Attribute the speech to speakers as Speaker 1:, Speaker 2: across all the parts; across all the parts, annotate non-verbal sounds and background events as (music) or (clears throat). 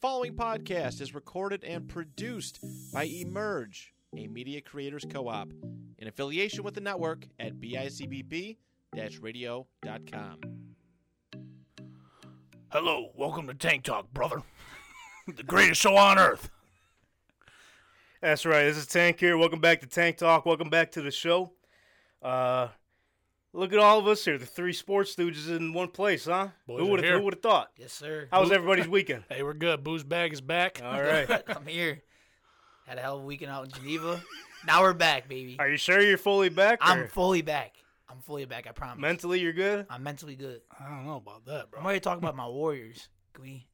Speaker 1: following podcast is recorded and produced by Emerge, a media creators co op, in affiliation with the network at bicbb radio.com.
Speaker 2: Hello, welcome to Tank Talk, brother. (laughs) the greatest show on earth.
Speaker 3: That's right. This is Tank here. Welcome back to Tank Talk. Welcome back to the show. Uh, look at all of us here—the three sports stooges in one place, huh?
Speaker 2: Boys
Speaker 3: who
Speaker 2: are
Speaker 3: would
Speaker 2: here.
Speaker 3: have Who would have thought?
Speaker 4: Yes, sir.
Speaker 3: How was everybody's
Speaker 4: (laughs)
Speaker 3: weekend?
Speaker 2: Hey, we're good. Booze bag is back.
Speaker 4: Uh,
Speaker 3: All right.
Speaker 4: I'm here. Had a hell of a weekend out in Geneva. now we're back, baby.
Speaker 3: Are you sure you're fully back?
Speaker 4: I'm
Speaker 3: or
Speaker 4: fully back. I'm fully back. I promise.
Speaker 3: mentally, you're good.
Speaker 4: I'm mentally good.
Speaker 2: I don't know about that,
Speaker 4: I'm
Speaker 2: bro.
Speaker 4: already talking about my Warriors. Can we?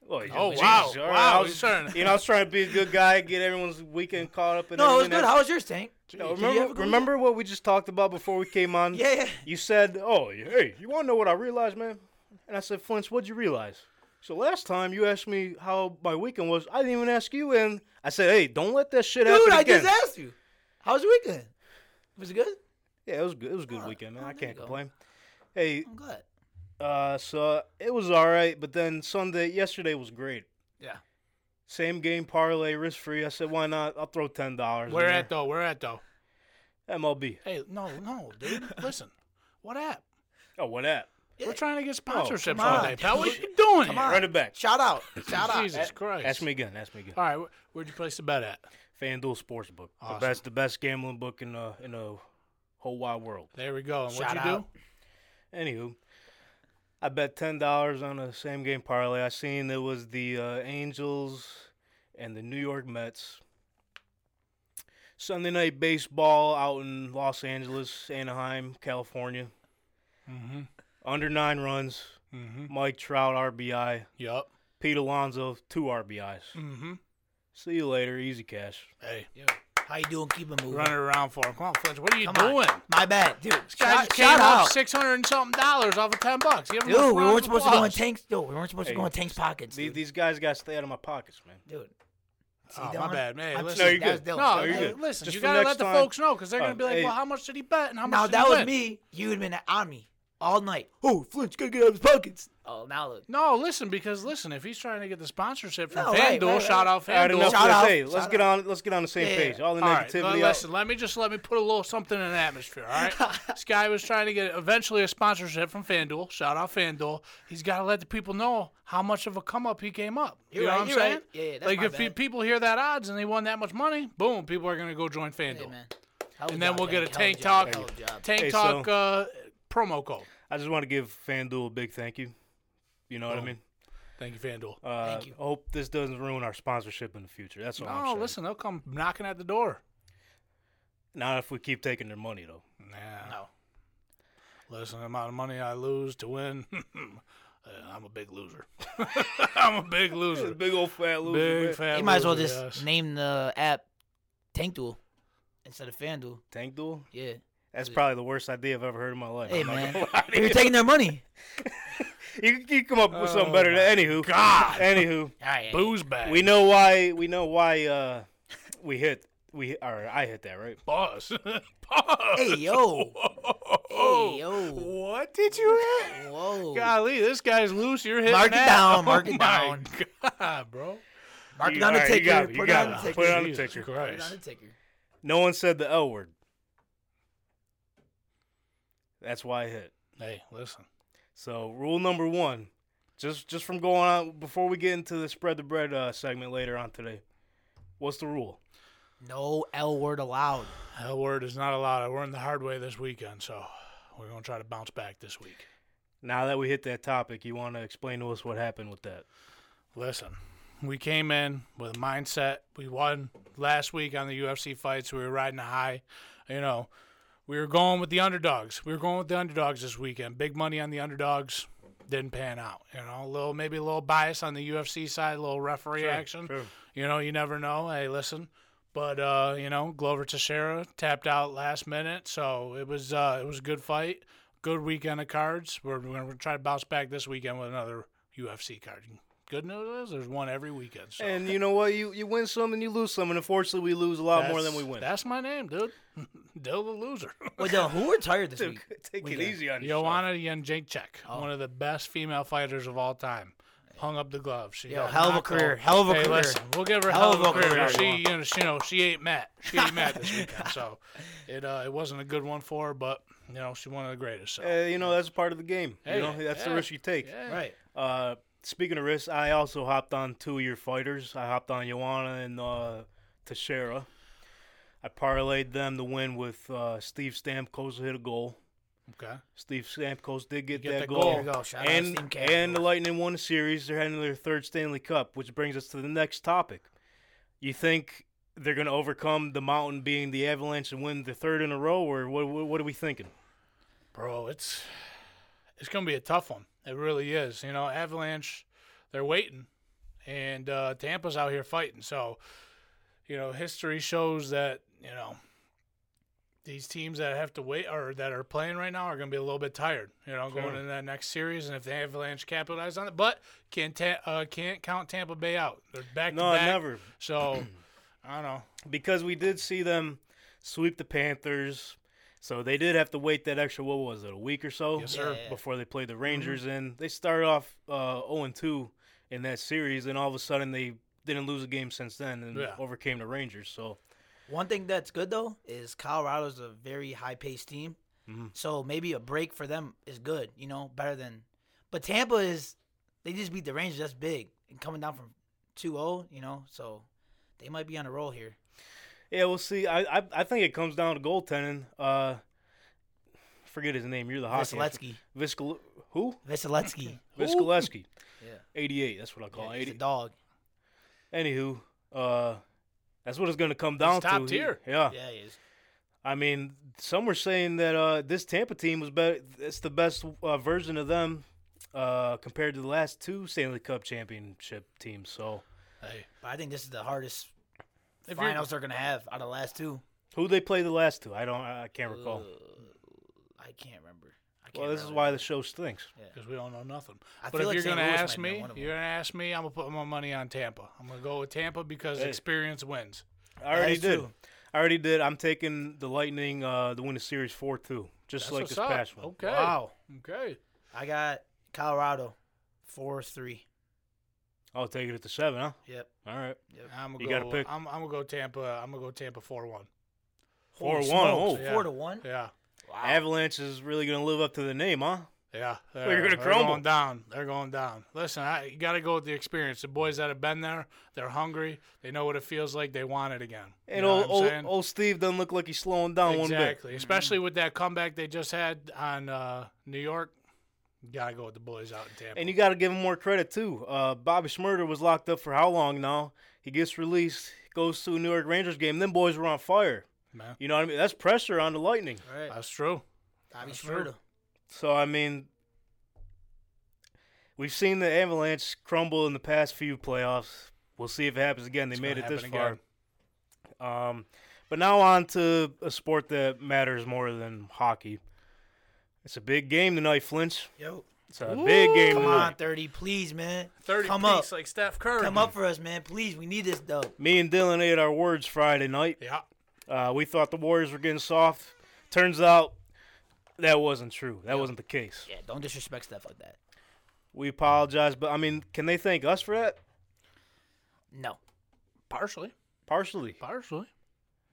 Speaker 3: Well, you-
Speaker 2: Oh,
Speaker 3: Jesus,
Speaker 2: wow.
Speaker 3: all right.
Speaker 2: Wow,
Speaker 3: I was-
Speaker 2: he's trying to-
Speaker 3: you know, I was trying to be a good guy, get everyone's weekend caught up. And
Speaker 4: No, it was
Speaker 3: everything
Speaker 4: good.
Speaker 3: else.
Speaker 4: How was yours, Tank?
Speaker 3: No,
Speaker 4: Did you have a
Speaker 3: remember,
Speaker 4: good
Speaker 3: remember what we just talked about before we came on?
Speaker 4: Yeah, yeah.
Speaker 3: You said, "Oh, hey, you want to know what I realized, man?" And I said, "Flint's, what'd you realize?" So last time you asked me how my weekend was, I didn't even ask you, and I said, "Hey, don't let that shit
Speaker 4: weekend?
Speaker 3: happen
Speaker 4: Dude, I
Speaker 3: again."
Speaker 4: just asked you. How was your weekend? Was it good?
Speaker 3: yeah, it was good. It was a good
Speaker 4: Oh,
Speaker 3: weekend, man.
Speaker 4: oh,
Speaker 3: I
Speaker 4: there
Speaker 3: can't
Speaker 4: you go.
Speaker 3: complain. Hey,
Speaker 4: I'm glad.
Speaker 3: uh, so it was all right, but then Sunday, yesterday was great.
Speaker 4: Yeah.
Speaker 3: Same game parlay, risk free. I said, "Why not? I'll throw ten dollars."
Speaker 2: Where at, though? Where at, though?
Speaker 3: MLB.
Speaker 2: Hey, no, no,
Speaker 4: (laughs)
Speaker 2: dude. Listen, what app?
Speaker 3: Oh, what app?
Speaker 2: We're trying to get sponsorships
Speaker 4: Oh, come
Speaker 2: all
Speaker 4: on.
Speaker 2: day, pal. What are you doing?
Speaker 4: Come
Speaker 2: here?
Speaker 4: on.
Speaker 3: Run it back.
Speaker 4: Shout
Speaker 2: (laughs)
Speaker 4: out. Shout out.
Speaker 2: Jesus Christ.
Speaker 3: Ask me again. Ask me again.
Speaker 2: All right, wh- where'd you place the bet at?
Speaker 3: FanDuel Sportsbook,
Speaker 2: Awesome.
Speaker 3: the best, the best gambling book in the in the whole wide world.
Speaker 2: There we go. And what'd
Speaker 4: Shout
Speaker 2: you
Speaker 4: out.
Speaker 2: do?
Speaker 3: Anywho, I bet ten dollars on a same game parlay. I seen it was the uh, Angels and the New York Mets. Sunday night baseball out in Los Angeles, Anaheim, California.
Speaker 2: Mm-hmm.
Speaker 3: Under nine runs. Mike Trout RBI.
Speaker 2: Yup.
Speaker 3: Pete Alonso two RBIs.
Speaker 2: Mm-hmm.
Speaker 3: See you later, easy cash.
Speaker 2: Hey,
Speaker 4: How you doing? Keep it moving.
Speaker 2: run it around for him. Come on, Flinch. What are you
Speaker 4: Come on.
Speaker 2: doing?
Speaker 4: My bad, dude.
Speaker 2: Guy
Speaker 4: Shout,
Speaker 2: just came
Speaker 4: shout
Speaker 2: off
Speaker 4: out.
Speaker 2: six hundred and something dollars off of ten bucks. Give him
Speaker 4: Dude,
Speaker 2: a
Speaker 4: we
Speaker 2: round
Speaker 4: weren't
Speaker 2: of
Speaker 4: supposed to go in
Speaker 2: applause.
Speaker 4: Tanks. Dude, we weren't supposed
Speaker 3: Hey,
Speaker 4: to go in Tanks pockets.
Speaker 3: These,
Speaker 4: Dude,
Speaker 3: these guys got to stay out of my pockets, man.
Speaker 4: dude. See,
Speaker 2: Oh,
Speaker 4: that
Speaker 2: my
Speaker 4: one-
Speaker 2: bad, man.
Speaker 4: I'm
Speaker 2: Listen,
Speaker 4: sorry,
Speaker 3: you're
Speaker 4: that was
Speaker 3: good.
Speaker 2: No,
Speaker 4: Dylan. That
Speaker 3: you're
Speaker 4: was
Speaker 2: hey,
Speaker 3: good.
Speaker 2: listen,
Speaker 3: Just
Speaker 2: you
Speaker 3: for
Speaker 2: gotta
Speaker 3: next
Speaker 2: let the
Speaker 3: time.
Speaker 2: folks know because they're gonna
Speaker 3: Uh,
Speaker 2: be like,
Speaker 3: hey.
Speaker 2: "Well, how much did he bet?" And how much
Speaker 4: Oh, Now
Speaker 2: did
Speaker 4: that
Speaker 2: he
Speaker 4: was
Speaker 2: win?
Speaker 4: me. You would have been on me all night. Oh, Flint's gonna get out of his pockets. Oh, now look.
Speaker 2: No, listen, because listen, if he's trying to get the sponsorship from
Speaker 4: No,
Speaker 2: FanDuel,
Speaker 4: right, right,
Speaker 2: shout
Speaker 4: right.
Speaker 2: out
Speaker 3: All right,
Speaker 2: FanDuel.
Speaker 3: enough
Speaker 4: Shout
Speaker 3: of this.
Speaker 4: out.
Speaker 3: Hey, let's
Speaker 4: Shout
Speaker 3: get on. Let's get on the same
Speaker 4: Yeah.
Speaker 3: page. All the
Speaker 2: all right,
Speaker 3: negativity.
Speaker 2: le-
Speaker 3: out.
Speaker 2: listen. Let me just let me put a little something in the atmosphere. All right,
Speaker 4: (laughs)
Speaker 2: this guy was trying to get eventually a sponsorship from FanDuel. Shout out FanDuel. He's got to let the people know how much of a come up he came up. You know
Speaker 4: You're right,
Speaker 2: what I'm
Speaker 4: you're
Speaker 2: saying?
Speaker 4: right. Yeah, yeah, that's
Speaker 2: like
Speaker 4: my
Speaker 2: if pe-
Speaker 4: bad.
Speaker 2: people hear that odds and they won that much money, boom, people are gonna go join FanDuel,
Speaker 4: Hey, man.
Speaker 2: and then we'll get a tank
Speaker 4: job,
Speaker 2: talk,
Speaker 4: hell of a job.
Speaker 2: tank
Speaker 3: Hey,
Speaker 2: talk
Speaker 3: so-
Speaker 2: uh, promo code.
Speaker 3: I just want to give FanDuel a big thank you. You know what I mean?
Speaker 2: Thank you, FanDuel.
Speaker 3: Uh,
Speaker 4: Thank you.
Speaker 3: I hope this doesn't ruin our sponsorship in the future. That's all I'm
Speaker 2: no,
Speaker 3: saying.
Speaker 2: listen, they'll come knocking at the door.
Speaker 3: Not if we keep taking their money, though.
Speaker 2: Nah. No. Listen, the amount of money I lose to win, (laughs) uh, I'm a big loser. (laughs) I'm a big
Speaker 4: (laughs)
Speaker 2: loser.
Speaker 3: Big old fat loser.
Speaker 2: Big fat
Speaker 4: You might as well just
Speaker 2: loser, yes.
Speaker 4: name the app Tank Duel instead of FanDuel.
Speaker 3: Tank duel?
Speaker 4: Yeah.
Speaker 3: That's probably the worst idea I've ever heard in my life.
Speaker 4: Hey,
Speaker 3: I'm not
Speaker 4: man.
Speaker 3: gonna lie to
Speaker 4: You're taking their money.
Speaker 3: You, you can come up with something better. Than, anywho.
Speaker 2: God.
Speaker 3: Anywho.
Speaker 4: All right.
Speaker 2: booze bag.
Speaker 3: We know why. We know why. Uh, we hit. We or I hit that right.
Speaker 2: boss. (laughs) boss.
Speaker 4: Hey, yo.
Speaker 2: (laughs)
Speaker 4: Hey, yo.
Speaker 2: What did you hit?
Speaker 4: Whoa.
Speaker 2: Golly, this guy's loose. You're hitting
Speaker 4: Mark it
Speaker 2: that.
Speaker 4: down,
Speaker 2: Oh
Speaker 4: mark
Speaker 2: my
Speaker 4: it down.
Speaker 2: God, bro.
Speaker 4: Mark
Speaker 3: You-
Speaker 4: it on the
Speaker 3: all right, you
Speaker 4: ticker.
Speaker 3: got me, you
Speaker 4: Put it
Speaker 3: got
Speaker 4: on the
Speaker 3: me.
Speaker 4: ticker.
Speaker 3: Put it on the
Speaker 2: Jesus
Speaker 3: ticker.
Speaker 4: Put it on the
Speaker 2: Christ.
Speaker 4: ticker.
Speaker 3: No one said the L word. That's why I hit.
Speaker 2: Hey, listen.
Speaker 3: So rule number one, just just from going on before we get into the spread the bread uh, segment later on today, what's the rule?
Speaker 4: No L word allowed.
Speaker 2: Hell word is not allowed. We're in the hard way this weekend, so we're going to try to bounce back this week.
Speaker 3: Now that we hit that topic, you want to explain to us what happened with that?
Speaker 2: Listen, we came in with a mindset. We won last week on the UFC fights. We were riding a high. You know, we were going with the underdogs. We were going with the underdogs this weekend. Big money on the underdogs. Didn't pan out. You know, a little maybe a little bias on the UFC side, a little referee action.
Speaker 3: sure.
Speaker 2: You know, you never know. Hey, listen. But uh, you know, Glover Teixeira tapped out last minute, so it was uh, it was a good fight, good weekend of cards. We're, we're gonna try to bounce back this weekend with another UFC card. Good news is there's one every weekend. So
Speaker 3: And you know what? You you win some and you lose some, and unfortunately we lose a lot uh, more than
Speaker 2: that's-
Speaker 3: we win.
Speaker 2: That's my name, dude. (laughs) Dill the loser. (laughs)
Speaker 4: Wait, Dylan, who retired this week?
Speaker 3: (laughs) Take it
Speaker 4: Weekend.
Speaker 3: easy on yourself.
Speaker 4: Oh.
Speaker 2: Joanna Jędrzejczyk, one of the best female fighters of all time. hung up the glove. She
Speaker 4: Yo,
Speaker 2: got
Speaker 4: hell of a
Speaker 2: knocked
Speaker 4: career.
Speaker 2: over.
Speaker 4: Hell of a
Speaker 2: hey,
Speaker 4: career.
Speaker 2: Listen, we'll give her hell, of a career. She, you know, she, you know, she ain't Matt. She ain't Matt this
Speaker 4: (laughs)
Speaker 2: weekend. So it uh, it wasn't a good one for her, but you know, she's one of the greatest. So.
Speaker 3: Uh, you know, that's part of the game.
Speaker 2: Hey,
Speaker 3: you know, that's the
Speaker 2: yeah,
Speaker 3: risk you take.
Speaker 2: yeah.
Speaker 4: Right.
Speaker 3: Uh, speaking of risks, I also hopped on two of your fighters. I hopped on Joanna and uh, Teixeira. I parlayed them to win with uh, Steve Stamkos hit a goal.
Speaker 2: Okay.
Speaker 3: Steve Stamkos did get,
Speaker 2: get
Speaker 3: that
Speaker 2: that
Speaker 3: goal.
Speaker 2: goal.
Speaker 4: There you go. Shout out
Speaker 3: and
Speaker 4: Steam Cash
Speaker 3: and the
Speaker 4: Gold.
Speaker 3: Lightning won the series. They're heading to their third Stanley Cup, which brings us to the next topic. You think they're going to overcome the mountain being the Avalanche and win the third in a row, or what? What, what are we thinking?
Speaker 2: Bro, it's it's gonna be a tough one. It really is. You know, Avalanche, they're waiting, and uh, Tampa's out here fighting. So, you know, history shows that you know these teams that have to wait or that are playing right now are gonna be a little bit tired. You know, going into that next series, and if the Avalanche capitalize on it, but can't ta- uh, can't count Tampa Bay out. They're back
Speaker 3: No,
Speaker 2: to back.
Speaker 3: never.
Speaker 2: So, (clears throat) I don't know.
Speaker 3: because we did see them sweep the Panthers. So they did have to wait that extra what was it a week or so
Speaker 2: Yes, sir. Mm-hmm.
Speaker 4: Yeah.
Speaker 3: before they played the Rangers and they started off uh, 0 2 in that series and all of a sudden they didn't lose a game since then and
Speaker 2: Yeah.
Speaker 3: overcame the Rangers. So
Speaker 4: One thing that's good though is Colorado's a very high-paced team,
Speaker 2: Mm-hmm.
Speaker 4: so maybe a break for them is good. You know, better than. But Tampa is they just beat the Rangers. That's big and coming down from 2-0, You know, so they might be on a roll here.
Speaker 3: yeah, we'll see. I I, I think it comes down to goaltending. Uh, forget his name. You're the hockey. expert.
Speaker 4: Vasilevsky,
Speaker 3: Viskal who? (laughs)
Speaker 4: Vasilevsky,
Speaker 3: Viskaleski.
Speaker 4: Yeah.
Speaker 3: 88. That's what I call
Speaker 4: yeah,
Speaker 3: it.
Speaker 4: he's a
Speaker 3: 80.
Speaker 4: dog.
Speaker 3: Anywho, uh, that's what it's going to come down
Speaker 2: top
Speaker 3: to.
Speaker 2: tier.
Speaker 3: Yeah.
Speaker 4: Yeah, he is.
Speaker 3: I mean, some were saying that uh, this Tampa team was better. It's the best uh, version of them uh, compared to the last two Stanley Cup championship teams. So,
Speaker 2: Hey,
Speaker 4: But I think this is the hardest
Speaker 2: If you're-
Speaker 4: finals they're gonna have out of the last two.
Speaker 3: who they played the last two? I don't. I can't recall.
Speaker 4: I can't remember. I can't
Speaker 3: well, this is
Speaker 4: really
Speaker 3: why the show stinks.
Speaker 2: because we don't know nothing.
Speaker 4: I
Speaker 2: but if
Speaker 4: feel like
Speaker 2: you're
Speaker 4: St.
Speaker 2: gonna
Speaker 4: Louis
Speaker 2: ask
Speaker 4: might be
Speaker 2: me,
Speaker 4: one of
Speaker 2: you're gonna ask me, I'm gonna put my money on Tampa. I'm gonna go with Tampa because
Speaker 3: Hey.
Speaker 2: experience wins.
Speaker 3: I already
Speaker 4: is
Speaker 3: did.
Speaker 4: true.
Speaker 3: I already did. I'm taking the Lightning uh, to win the series four two, just
Speaker 2: That's
Speaker 3: like
Speaker 2: what's
Speaker 3: this
Speaker 2: up.
Speaker 3: past one.
Speaker 2: Okay.
Speaker 4: Wow.
Speaker 2: Okay.
Speaker 4: I got Colorado, four three.
Speaker 3: I'll take it at the seven. Huh.
Speaker 4: Yep.
Speaker 3: All right.
Speaker 2: I'm gonna
Speaker 3: You
Speaker 2: go.
Speaker 3: gotta pick.
Speaker 2: I'm, I'm gonna go Tampa. I'm gonna go Tampa four one.
Speaker 3: Four one.
Speaker 4: Holy smokes,
Speaker 3: Oh,
Speaker 2: yeah.
Speaker 4: Four to one.
Speaker 2: Yeah.
Speaker 3: Avalanche is really going to live up to the name, huh?
Speaker 2: Yeah. They're,
Speaker 3: you're gonna
Speaker 2: they're
Speaker 3: crumble.
Speaker 2: going down. They're going down. Listen, I you gotta go with the experience. The boys that have been there, they're hungry. They know what it feels like. They want it again. You
Speaker 3: And
Speaker 2: know
Speaker 3: old,
Speaker 2: what I'm
Speaker 3: old,
Speaker 2: saying?
Speaker 3: old Steve doesn't look like he's slowing down one bit.
Speaker 2: exactly. Especially with that comeback they just had on uh, New York. You gotta go with the boys out in Tampa.
Speaker 3: And you got to give him more credit too. Uh, Bobby Schmurder was locked up for how long now? He gets released, goes to a New York Rangers game. Them boys were on fire.
Speaker 2: Man,
Speaker 3: You know what I mean? That's pressure on the Lightning.
Speaker 4: All right.
Speaker 2: that's true.
Speaker 4: Bobby
Speaker 2: that's true.
Speaker 4: Schmurda.
Speaker 3: So I mean, we've seen the Avalanche crumble in the past few playoffs. We'll see if it happens again. They
Speaker 2: It's
Speaker 3: made
Speaker 2: gonna
Speaker 3: it this
Speaker 2: happen
Speaker 3: far.
Speaker 2: again.
Speaker 3: Um, but now on to a sport that matters more than hockey. It's a big game tonight, Flinch.
Speaker 4: Yo,
Speaker 3: It's a big game
Speaker 4: come
Speaker 3: tonight.
Speaker 4: on, thirty, please, man.
Speaker 2: 30
Speaker 4: come
Speaker 2: piece
Speaker 4: up,
Speaker 2: like Steph Curry.
Speaker 4: come up for us, man. Please, we need this dub.
Speaker 3: Me and Dylan ate our words Friday night.
Speaker 2: Yeah.
Speaker 3: Uh, we thought the Warriors were getting soft. Turns out that wasn't true. That wasn't the case.
Speaker 4: Yeah, don't disrespect stuff like that.
Speaker 3: We apologize, but I mean, can they thank us for that?
Speaker 4: No.
Speaker 2: Partially.
Speaker 3: Partially.
Speaker 2: Partially.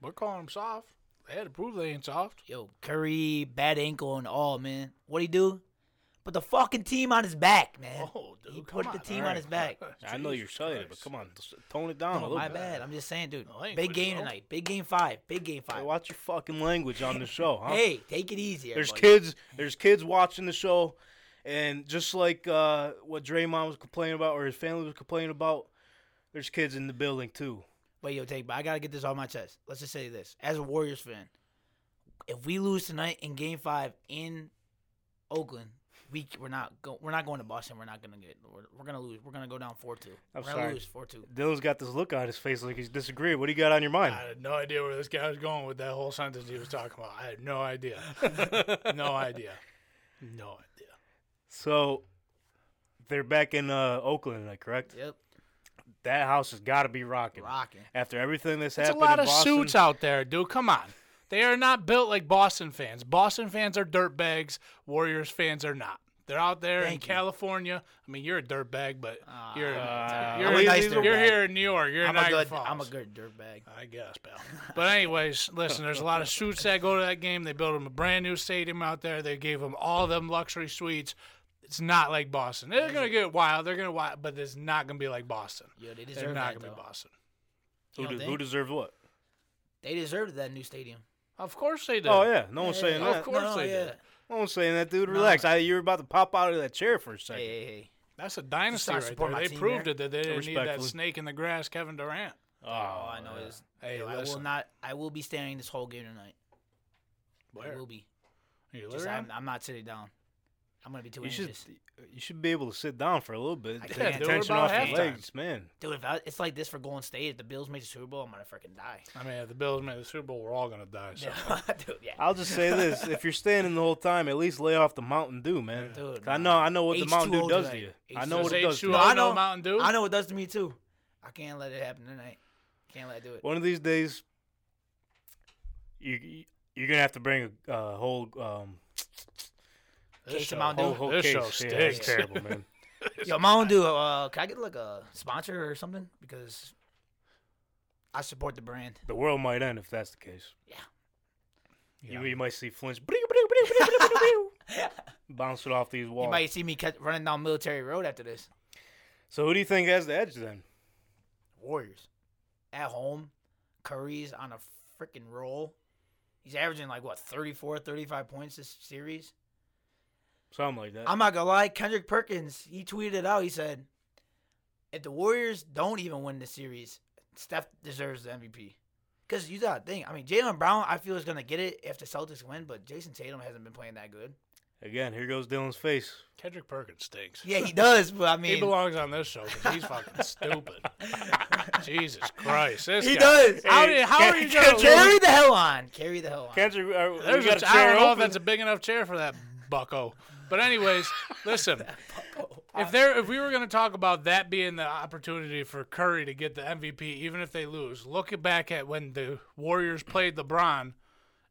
Speaker 2: We're calling them soft. They had to prove they ain't soft.
Speaker 4: Yo, Curry, bad ankle and all, man. What would he do? Put the fucking team on his back, man.
Speaker 2: Oh, dude,
Speaker 4: he
Speaker 2: come
Speaker 4: put the
Speaker 2: on,
Speaker 4: team
Speaker 2: all
Speaker 4: on his
Speaker 2: (laughs)
Speaker 4: back.
Speaker 3: I know you're excited, but come on, just tone it down a
Speaker 4: Oh,
Speaker 3: little
Speaker 4: my
Speaker 3: bit.
Speaker 4: bad. I'm just saying, dude.
Speaker 2: Oh, ain't
Speaker 4: Big
Speaker 2: quitting,
Speaker 4: game
Speaker 2: bro.
Speaker 4: tonight. Big game five. Big game
Speaker 3: Hey,
Speaker 4: five.
Speaker 3: watch your fucking language on the show, huh?
Speaker 4: (laughs) Hey, take it easy.
Speaker 3: there's
Speaker 4: everybody.
Speaker 3: kids. There's kids watching the show, and just like uh, what Draymond was complaining about, or his family was complaining about, there's kids in the building too.
Speaker 4: But yo, take. But I gotta get this off my chest. Let's just say this: as a Warriors fan, if we lose tonight in Game Five in Oakland, we we're not go, we're not going to Boston. We're not gonna get. We're, we're gonna lose. We're gonna go down four two. We're
Speaker 3: I'm
Speaker 4: gonna
Speaker 3: sorry.
Speaker 4: lose four two.
Speaker 3: Dylan's got this look on his face like he's disagreeing. What do you got on your mind?
Speaker 2: I had no idea where this guy was going with that whole sentence he was talking about. I had no (laughs) idea. no idea. No idea.
Speaker 3: So they're back in uh, Oakland tonight, correct?
Speaker 4: Yep,
Speaker 3: That house has got to be rocking.
Speaker 4: rocking.
Speaker 3: After everything that's
Speaker 2: It's a
Speaker 3: happened
Speaker 2: lot
Speaker 3: in
Speaker 2: of
Speaker 3: Boston,
Speaker 2: suits out there, dude. Come on. They are not built like Boston fans. Boston fans are dirtbags. Warriors fans are not. They're out there in
Speaker 4: Thank you.
Speaker 2: California. I mean, you're a dirtbag, but
Speaker 4: Ah,
Speaker 2: (laughs) you're uh,
Speaker 3: Ah.
Speaker 2: you're,
Speaker 4: I'm a nice
Speaker 2: you're
Speaker 4: dirtbag.
Speaker 2: here in New York. You're
Speaker 4: I'm
Speaker 2: in
Speaker 4: a
Speaker 2: Niagara
Speaker 4: good.
Speaker 2: Falls.
Speaker 4: I'm a
Speaker 2: (laughs)
Speaker 4: good (laughs) dirtbag.
Speaker 2: I guess, pal. But anyways, listen. There's a lot of suits that go to that game. They built them a brand new stadium out there. They gave them all them luxury suites. It's not like Boston. They're gonna get wild. They're gonna wild, but it's not gonna be like Boston.
Speaker 4: Yo, they
Speaker 2: They're not
Speaker 4: deserve that.
Speaker 2: gonna be
Speaker 4: though.
Speaker 2: Boston.
Speaker 4: You
Speaker 3: Who,
Speaker 4: don't
Speaker 3: de- who
Speaker 4: think?
Speaker 3: deserves what?
Speaker 4: They deserved that new stadium.
Speaker 2: Of course they do.
Speaker 3: Oh yeah, no one's saying
Speaker 2: yeah.
Speaker 3: that.
Speaker 2: Of course they
Speaker 4: yeah.
Speaker 2: did.
Speaker 3: No one's saying that, dude.
Speaker 4: No.
Speaker 3: Relax. I, you were about to pop out of that chair for a second.
Speaker 4: Hey, hey, hey.
Speaker 2: That's a dynasty
Speaker 4: not
Speaker 2: right
Speaker 4: support
Speaker 2: there.
Speaker 4: my
Speaker 2: They
Speaker 4: team
Speaker 2: proved
Speaker 4: there.
Speaker 2: it that they didn't need that
Speaker 3: Respectfully.
Speaker 2: snake in the grass, Kevin Durant.
Speaker 3: Oh,
Speaker 4: All I know
Speaker 3: yeah.
Speaker 4: is
Speaker 2: Hey,
Speaker 4: I will
Speaker 2: listen.
Speaker 4: not. I will be standing this whole game tonight. I
Speaker 2: Where?
Speaker 4: will be.
Speaker 2: You
Speaker 4: Just,
Speaker 2: literally-
Speaker 4: I'm, I'm not sitting down. I'm gonna be too
Speaker 3: you should
Speaker 4: anxious.
Speaker 3: you should be able to sit down for a little bit.
Speaker 4: I
Speaker 3: Take the
Speaker 4: can't do it
Speaker 3: tension
Speaker 2: about
Speaker 3: off your
Speaker 2: halftime.
Speaker 3: legs, man.
Speaker 4: Dude, if I, it's like this for Golden State, if the Bills make the Super Bowl, I'm gonna freaking die.
Speaker 2: I mean, if the Bills made the Super Bowl, we're all gonna die. So.
Speaker 4: (laughs) Dude, yeah.
Speaker 3: I'll just say this: if you're standing the whole time, at least lay off the Mountain Dew, man.
Speaker 4: Dude,
Speaker 3: 'Cause I know, I know what the
Speaker 4: H2O
Speaker 3: Mountain Dew does to you.
Speaker 4: tonight.
Speaker 3: I know what it
Speaker 2: H2O.
Speaker 3: does. To you.
Speaker 2: H2O.
Speaker 4: I
Speaker 2: no
Speaker 4: know
Speaker 2: Mountain Dew?
Speaker 4: I know what it does to me too. I can't let it happen tonight. Can't let it do it.
Speaker 3: One of these days, you you're gonna have to bring a uh, whole um
Speaker 2: This
Speaker 4: Case
Speaker 2: show-
Speaker 4: of Mountain
Speaker 3: whole,
Speaker 4: Dew.
Speaker 3: whole
Speaker 2: This
Speaker 3: case.
Speaker 2: show
Speaker 3: Yeah, it's
Speaker 2: stinks.
Speaker 3: terrible,
Speaker 2: (laughs)
Speaker 3: man.
Speaker 4: Yo, Mountain Dew. Uh, can I get like a sponsor or something? Because I support the brand. (laughs)
Speaker 3: the world might end if that's the case.
Speaker 2: Yeah.
Speaker 3: You, you might see Flinch (laughs) bouncing off these walls.
Speaker 4: You might see me catch, running down Military Road after this.
Speaker 3: So who do you think has the edge then?
Speaker 4: Warriors at home. Curry's on a freaking roll. He's averaging like what 34, 35 points this series.
Speaker 3: Something like that.
Speaker 4: Uh, I'm not gonna lie, Kendrick Perkins, he tweeted it out. He said, "If the Warriors don't even win the series, Steph deserves the MVP." Because you got to think. I mean, Jalen Brown, I feel is gonna get it if the Celtics win, but Jason Tatum hasn't been playing that good.
Speaker 3: Again, here goes Dylan's face.
Speaker 2: Kendrick Perkins stinks. (laughs)
Speaker 4: Yeah, he does, but I mean,
Speaker 2: he belongs on this show because he's
Speaker 4: (laughs)
Speaker 2: fucking stupid. Jesus Christ, this
Speaker 4: He
Speaker 2: guy.
Speaker 4: does.
Speaker 2: How,
Speaker 3: Hey,
Speaker 2: did- how
Speaker 3: Ken-
Speaker 2: are you
Speaker 3: Ken-
Speaker 2: gonna?
Speaker 3: Ken-
Speaker 4: carry the hell on, carry the hell on.
Speaker 3: Kendrick, uh, we
Speaker 2: There's
Speaker 3: got
Speaker 2: a,
Speaker 3: a
Speaker 2: I
Speaker 3: chair
Speaker 2: don't know if
Speaker 3: open.
Speaker 2: that's a big enough chair for that bucko. But anyways, listen.
Speaker 4: Oh,
Speaker 2: If there, if we were going to talk about that being the opportunity for Curry to get the MVP, even if they lose, look back at when the Warriors played LeBron